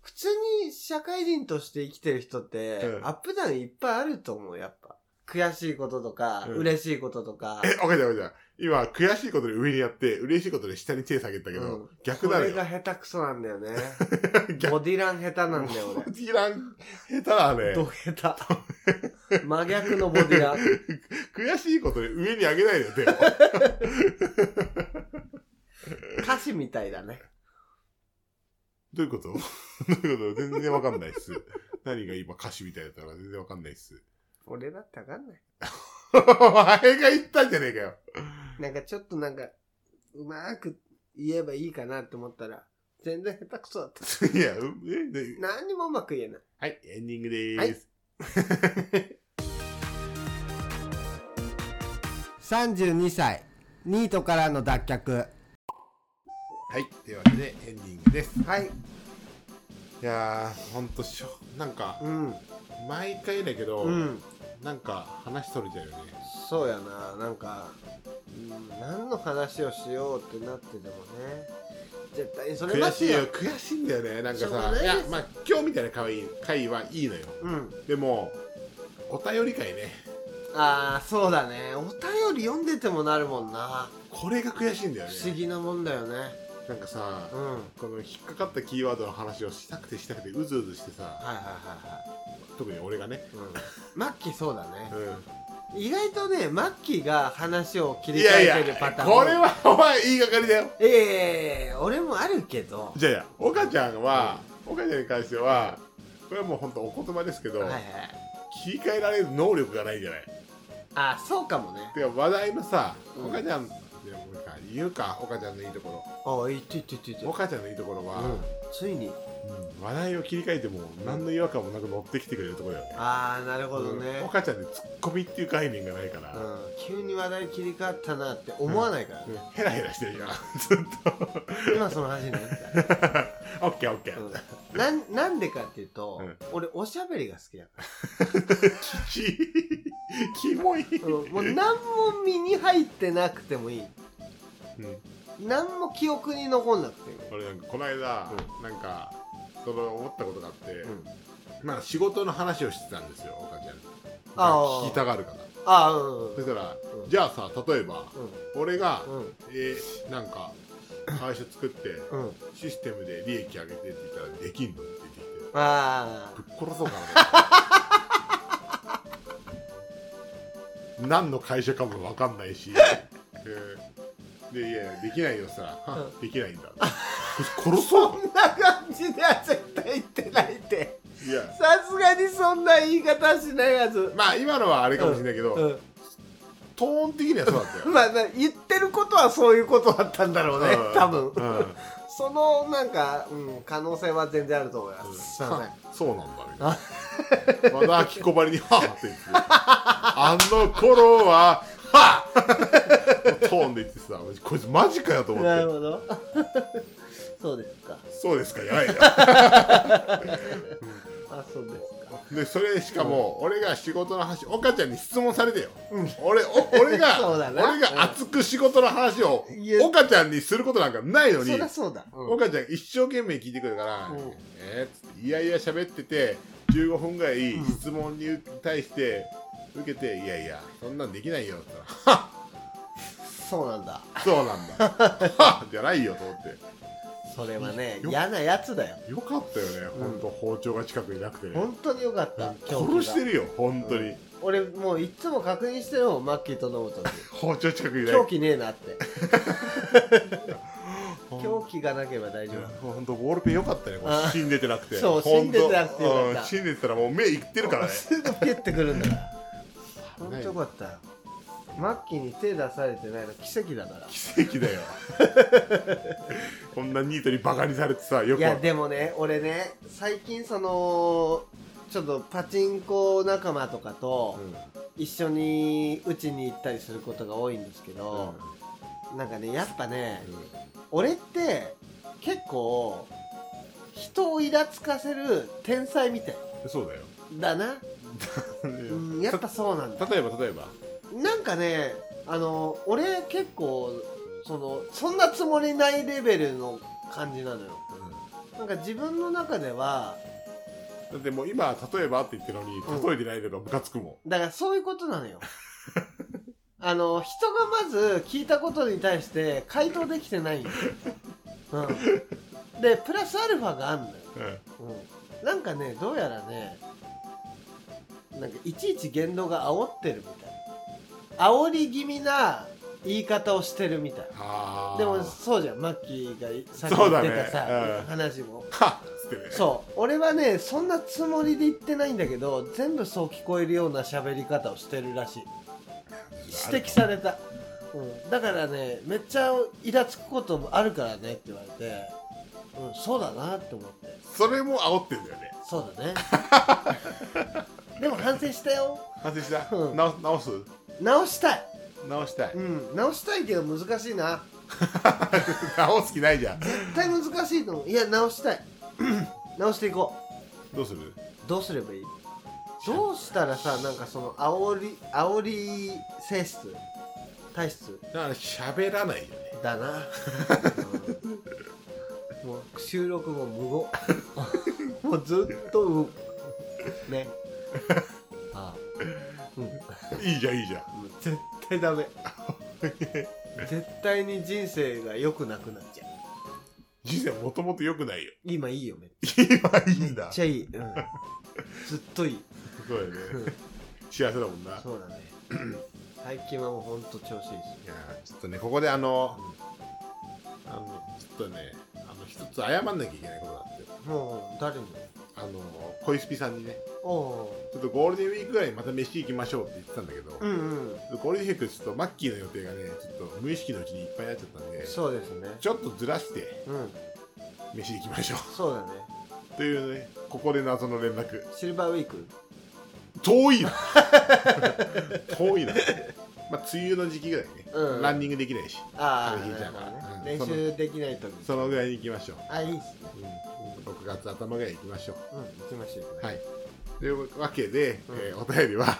Speaker 1: 普通に社会人として生きてる人って、
Speaker 2: うん
Speaker 1: アップダウンいっぱいあると思う、やっぱ。悔しいこととか、
Speaker 2: うん
Speaker 1: 嬉しいこととか。
Speaker 2: え、わかったわかった。今、悔しいことで上にやって、嬉しいことで下に手下げたけ
Speaker 1: う
Speaker 2: ど
Speaker 1: ん、
Speaker 2: 逆
Speaker 1: こ
Speaker 2: なの
Speaker 1: れ
Speaker 2: よ
Speaker 1: が。下手くそなんだよね。
Speaker 2: 逆
Speaker 1: ボディラン下手なんだよ、
Speaker 2: ボ ディラン、下手だ
Speaker 1: 俺。
Speaker 2: ね。
Speaker 1: ド下 手。真逆のボディラン。
Speaker 2: 悔しいことで上に上げないのよ、手を。
Speaker 1: 歌詞みたいだね。
Speaker 2: どういうこと どういうこと全然わかんないっす。何が今歌詞みたいだったから全然わかんないっす。
Speaker 1: 俺だってわかんない。
Speaker 2: お前が言ったんじゃねえかよ。
Speaker 1: なんかちょっとなんか、うまーく言えばいいかなって思ったら、全然下手くそだった。
Speaker 2: いや、うえで
Speaker 1: 何にもうまく言えない。
Speaker 2: はい、エンディングでー
Speaker 1: はい
Speaker 2: す。
Speaker 1: 32歳、ニートからの脱却。
Speaker 2: はい、というわけでエンディングです。
Speaker 1: はい。
Speaker 2: いやー、ほんとしょ、なんか、
Speaker 1: うん。
Speaker 2: 毎回だけど、
Speaker 1: うん。
Speaker 2: なんか話それちゃうよね。
Speaker 1: そうやな。なんか、うん、何の話をしようってなってでもね。絶対にそれ
Speaker 2: 悔
Speaker 1: は
Speaker 2: しいよ、悔しいんだよね。なんか
Speaker 1: しょうが
Speaker 2: さ
Speaker 1: な、い
Speaker 2: い
Speaker 1: です
Speaker 2: や、まあ今日みたいな可愛い回はいいのよ。
Speaker 1: うん。
Speaker 2: でも、お便り会ね、
Speaker 1: ああ、そうだね。お便り読んでてもなるもんな。
Speaker 2: これが悔しいんだよね。
Speaker 1: 不思議なもんだよね。
Speaker 2: なんかさ、
Speaker 1: うん。はい
Speaker 2: この引っかかったキーワードの話をしたくてしたくてうずうずしてさ
Speaker 1: はいは
Speaker 2: 特に俺がね、
Speaker 1: いはい。うん。マッキーそうだね。
Speaker 2: う
Speaker 1: 意外とね、マッキーが話を切
Speaker 2: ん、
Speaker 1: り
Speaker 2: い
Speaker 1: 替
Speaker 2: やいや
Speaker 1: えてるパターンも。
Speaker 2: これはお前言いがかりだよ
Speaker 1: ええ俺もあるけど。
Speaker 2: じゃあいや岡ちゃんは岡ちゃんに関してはこれはもう本当お言葉ですけど、
Speaker 1: はいはい。
Speaker 2: 切り替えられる能力がないんじゃない
Speaker 1: あー、そうかもね。
Speaker 2: てか話題のさ
Speaker 1: うん
Speaker 2: 岡ちゃん、でも俺か言うか岡ちゃんのいいとこ
Speaker 1: ああ、いいって言って言って
Speaker 2: ろ岡ちゃんのいいところは、
Speaker 1: うん。ついに。
Speaker 2: うん話題を切り替えても何の違和感もなく乗ってきてくれるところだよね
Speaker 1: ああ、なるほどね。
Speaker 2: うん岡ちゃんってツッコミっていう概念がないから、
Speaker 1: うん、急に話題切り替わったなって思わないから、
Speaker 2: うん ヘラヘラしてるよずっと
Speaker 1: 今その話になった、
Speaker 2: オッケーオッケー、
Speaker 1: うん、なんなんでかっていうと、
Speaker 2: うん
Speaker 1: 俺おしゃべりが好きだか
Speaker 2: き キモい、
Speaker 1: ら、うんもう何も身に入ってなくてもいい何も記憶に残んなくてもいい、
Speaker 2: 俺なんかこの間、なんかその思ったことがあって、
Speaker 1: うん、
Speaker 2: まあ仕事の話をしてたんですよ岡ちゃんに
Speaker 1: ああ
Speaker 2: 聞きたがるから
Speaker 1: ああうんうん
Speaker 2: そしたら、
Speaker 1: うん
Speaker 2: じゃあさ例えば俺が、
Speaker 1: うん
Speaker 2: えーなんか会社作って
Speaker 1: うんうん
Speaker 2: システムで利益上げてって言ったらできんのって言ってきて
Speaker 1: あ
Speaker 2: ぶっ殺そうかな何の会社かも分かん ないし、えーでいやいやできないよさ、はできないんだ殺
Speaker 1: あそ
Speaker 2: そうん
Speaker 1: な感じでは絶対言ってないって
Speaker 2: いや
Speaker 1: さすがにそんな言い方しないやつ
Speaker 2: まあ今のはあれかもしれないけど、
Speaker 1: うん
Speaker 2: トーン的にはそうだった よ、
Speaker 1: まあな言ってることはそういうことだったんだろうね、
Speaker 2: うん
Speaker 1: 多分、
Speaker 2: うん
Speaker 1: そのなんか、うん、可能性は全然あると思います。すいません。
Speaker 2: そうなんだみ たいな和田明子ばりに「はぁって言ってあの頃は「はぁトーンで言ってさこいつマジかよと思っ
Speaker 1: な
Speaker 2: て
Speaker 1: るほど。そうですか。
Speaker 2: そうですかやばいよ
Speaker 1: あ、そうですか。
Speaker 2: でそれしかも、俺が仕事の話岡ちゃんに質問されてよ、
Speaker 1: うん
Speaker 2: 俺お俺 が
Speaker 1: そうだな
Speaker 2: 俺が熱く仕事の話を
Speaker 1: いや
Speaker 2: 岡ちゃんにすることなんかないのに
Speaker 1: そりゃそうだ。うん
Speaker 2: 岡ちゃん一生懸命聞いてくるから
Speaker 1: うん
Speaker 2: 「えーっつっていやいや喋ってて15分ぐらい
Speaker 1: うん
Speaker 2: 質問に対して受けて「いやいやそんなんできないよ」って言 った
Speaker 1: そうなんだ。
Speaker 2: ら「そうなんだ」はっじゃないよと思って
Speaker 1: それはね、
Speaker 2: よ
Speaker 1: 嫌なやつだよ。
Speaker 2: よかったよね、
Speaker 1: うん
Speaker 2: ほんと包丁が近くになくてね
Speaker 1: 本当によかった。狂気が
Speaker 2: 殺してるよ本当に、
Speaker 1: 俺もういつも確認してるもん、マッキーと飲む とき。
Speaker 2: 包丁近くにない
Speaker 1: 狂気ねえな って。狂気がなければ大丈夫。
Speaker 2: 本当ボールペン良かったねこれ
Speaker 1: あ
Speaker 2: 死んでてなくて
Speaker 1: そう
Speaker 2: ほ
Speaker 1: 死ん
Speaker 2: んと
Speaker 1: でてなくてよかった
Speaker 2: うん死んでてたらもう目いってるからね
Speaker 1: すぐピュってくるんだから。
Speaker 2: 危
Speaker 1: 本当
Speaker 2: ない
Speaker 1: よかったよ。末期に手出されてないの奇跡だから
Speaker 2: 奇 跡だよこんなニートにバカにされてさよ
Speaker 1: い
Speaker 2: く
Speaker 1: やでもね俺ね最近そのちょっとパチンコ仲間とかと
Speaker 2: うん
Speaker 1: 一緒に打ちに行ったりすることが多いんですけど、なんかねやっぱね俺って結構人をイラつかせる天才みたい
Speaker 2: うんそうだよ
Speaker 1: だな、うん、やっぱそうなんだ
Speaker 2: た例えば例えば
Speaker 1: なんかねあの俺結構そのそんなつもりないレベルの感じなのよなんか自分の中では
Speaker 2: だってもう今例えばって言ってるのに
Speaker 1: うん
Speaker 2: 例えてないのがムカつくも
Speaker 1: だからそういうことな のよあの人がまず聞いたことに対して回答できてないんよ、うん、でプラスアルファがあんのよ、
Speaker 2: ん、うん
Speaker 1: うん、なんかねどうやらねなんかいちいち言動が煽ってるみたい煽り気味な言い方をしてるみたい
Speaker 2: あー
Speaker 1: でもそうじゃんマッキーがさっき言
Speaker 2: そうだ
Speaker 1: っ
Speaker 2: ね
Speaker 1: てたさ、
Speaker 2: うん
Speaker 1: 話も
Speaker 2: はっつってね
Speaker 1: そう俺はねそんなつもりで言ってないんだけど全部そう聞こえるような喋り方をしてるらしい指摘された、うん、だからねめっちゃイラつくこともあるからねって言われて、うん、そうだなって思って
Speaker 2: それも煽ってんだよね
Speaker 1: そうだね でも反省したよ
Speaker 2: 反省した、
Speaker 1: うん
Speaker 2: 直直す
Speaker 1: 直したい
Speaker 2: 直したい、
Speaker 1: うん直したいけど難しいな
Speaker 2: 直す気ないじゃん
Speaker 1: 絶対難しいと思ういや直したい 直していこう
Speaker 2: どうする
Speaker 1: どうすればいいどうしたらさなんかその煽り煽り性質体質
Speaker 2: だから喋らないよね
Speaker 1: だ な、うんもう収録も 無言もうずっと動くねああうんもう
Speaker 2: いいじゃんいいじゃん
Speaker 1: 絶対ダメ絶対に人生が良くなくなっちゃう
Speaker 2: 人生もともと良くないよ
Speaker 1: 今いいよめっ
Speaker 2: 今いいんだ
Speaker 1: ちゃいい、うん、ずっといい
Speaker 2: そうだよね幸せだもんない
Speaker 1: そうだね 最近はもうほんと調子いいし
Speaker 2: やーちょっとねここであの、あのちょっとねあの一つ謝んなきゃいけないことがあって
Speaker 1: もう誰に
Speaker 2: あの小石ピさんにね
Speaker 1: おお
Speaker 2: ちょっとゴールデンウィークぐらいにまた飯行きましょうって言ってたんだけど、
Speaker 1: うんうん
Speaker 2: ゴールデンウィークちょっとマッキーの予定がねちょっと無意識のうちにいっぱいになっちゃったんで
Speaker 1: そうですね
Speaker 2: ちょっとずらして
Speaker 1: うん
Speaker 2: 飯行きましょ
Speaker 1: そうだね
Speaker 2: うというねここで謎の連絡
Speaker 1: シルバーウィーク
Speaker 2: 遠いな遠いなまあ梅雨の時期ぐらいね、
Speaker 1: うん
Speaker 2: ランニングできないし
Speaker 1: ああ
Speaker 2: あれ
Speaker 1: な
Speaker 2: じゃ
Speaker 1: る
Speaker 2: ん
Speaker 1: ほどね
Speaker 2: うんそ
Speaker 1: 練
Speaker 2: の
Speaker 1: 習できないと
Speaker 2: そのぐらいに行きましょう、
Speaker 1: あいいっすね
Speaker 2: うん、6月頭ぐらいに行きましょう
Speaker 1: うん行きましょう
Speaker 2: はい。というわけで、
Speaker 1: うん
Speaker 2: えーお便りは、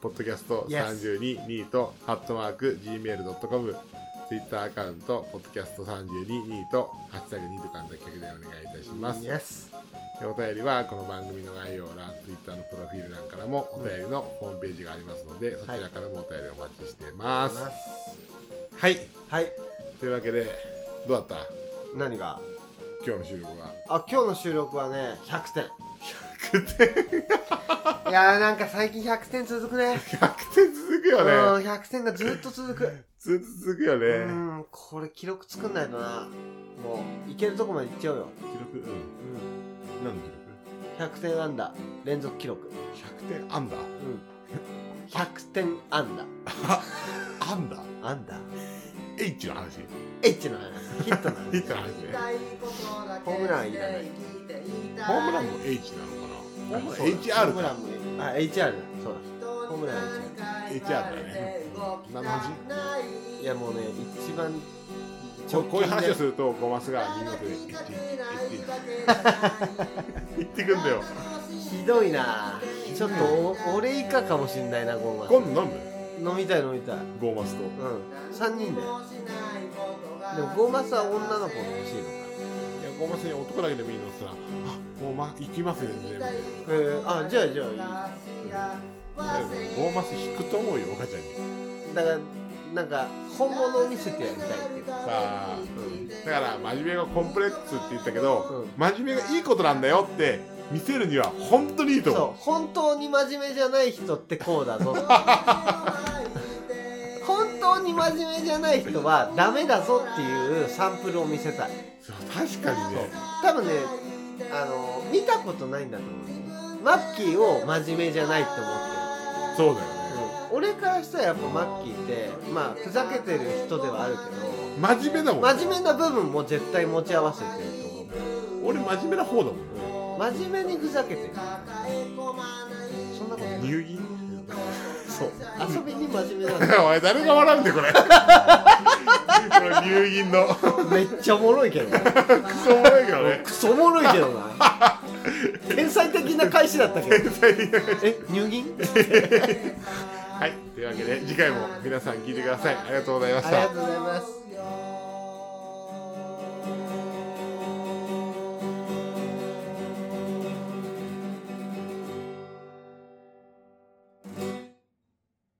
Speaker 2: ポッドキャスト
Speaker 1: Yes
Speaker 2: 32ニート、ハットマーク、gmail.com、ツイッターアカウント、ポッドキャスト32ニート、ハッシュタグニート感の客でお願いいたします。
Speaker 1: イエス
Speaker 2: でお便りは、この番組の概要欄、ツイッターのプロフィール欄からも、お便りのホームページがありますので、そちらからもお便りお待ちしてま。
Speaker 1: ますす
Speaker 2: はい。
Speaker 1: はい
Speaker 2: というわけで、どうだった
Speaker 1: 何が
Speaker 2: 今日の収録は。
Speaker 1: あ今日の収録はね100点
Speaker 2: 100点、
Speaker 1: いやーなんか最近100点続くね
Speaker 2: 100点続く
Speaker 1: うん
Speaker 2: よね。
Speaker 1: 100点がずっと続く
Speaker 2: ずっと続くよね。
Speaker 1: うんこれ記録作んないとなもういけるとこまでいっちゃうよ
Speaker 2: 記録、うん。
Speaker 1: うん
Speaker 2: 何の記録
Speaker 1: 100点安打連続記録
Speaker 2: ?100 点アンダー
Speaker 1: うん100点安打
Speaker 2: アンダー
Speaker 1: アンダー
Speaker 2: ?H の話
Speaker 1: H の話ヒットの話
Speaker 2: ヒットの話ね
Speaker 1: ホームランいらない
Speaker 2: ホームランも H なの かな
Speaker 1: そうだ
Speaker 2: ?HR
Speaker 1: ホームラ
Speaker 2: か
Speaker 1: ンもあ HR だそう
Speaker 3: ホームラン
Speaker 2: HR だね何の話
Speaker 1: だいやもうね一番
Speaker 2: こうこういう話をす
Speaker 1: る
Speaker 2: るとゴマスが見事で H 言ってくんだよ
Speaker 1: ひどいなちょっとお俺以下かもしんないなゴーマ
Speaker 2: 今度飲む
Speaker 1: 飲みたい飲みたいうん
Speaker 2: ゴマスと
Speaker 1: 3人ででもゴーマスは女の子が欲しいのか
Speaker 2: いやゴマスに男だけでもいいのって言ったらあもうま行きますよ全然
Speaker 1: えー、あじゃあじゃあ
Speaker 2: ゴマス引くと思うよ岡ちゃんに
Speaker 1: いいだからなんか本物を見せてやりたいっていう
Speaker 2: さあ、だから真面目がコンプレックスって言ったけ
Speaker 1: う
Speaker 2: ど、真面目がいいことなんだよって見せるには本当にいいと思
Speaker 1: そう本当に真面目じゃない人ってこうだ ぞ本当に真面目じゃない人はダメだぞっていうサンプルを見せたいう
Speaker 2: そう確かにね
Speaker 1: 多分ねあの見たことないんだと思うマッキーを真面目じゃないって思って
Speaker 2: そうだよね
Speaker 1: る、うん、俺からしたらやっぱマッキーってまあふざけてる人ではあるけ
Speaker 2: 真面目だも
Speaker 1: ど
Speaker 2: ん、
Speaker 1: 真面目な部分も絶対持ち合わせてると思
Speaker 2: 俺真面目な方だも
Speaker 1: う
Speaker 2: ん
Speaker 1: 真面目にふざけてるそんなことない
Speaker 2: 入院
Speaker 1: そう遊びに真面目な
Speaker 2: お前誰が笑うんだよこれこの入院の ク
Speaker 1: のめっちゃおもろいけどな
Speaker 2: ソおもろいけどね
Speaker 1: クソおもろいけどな天才的な返しだったけどえ入銀
Speaker 2: はいというわけで次回も皆さん聞いてくださいありがとうございまし
Speaker 1: ありが
Speaker 2: た
Speaker 1: とうございます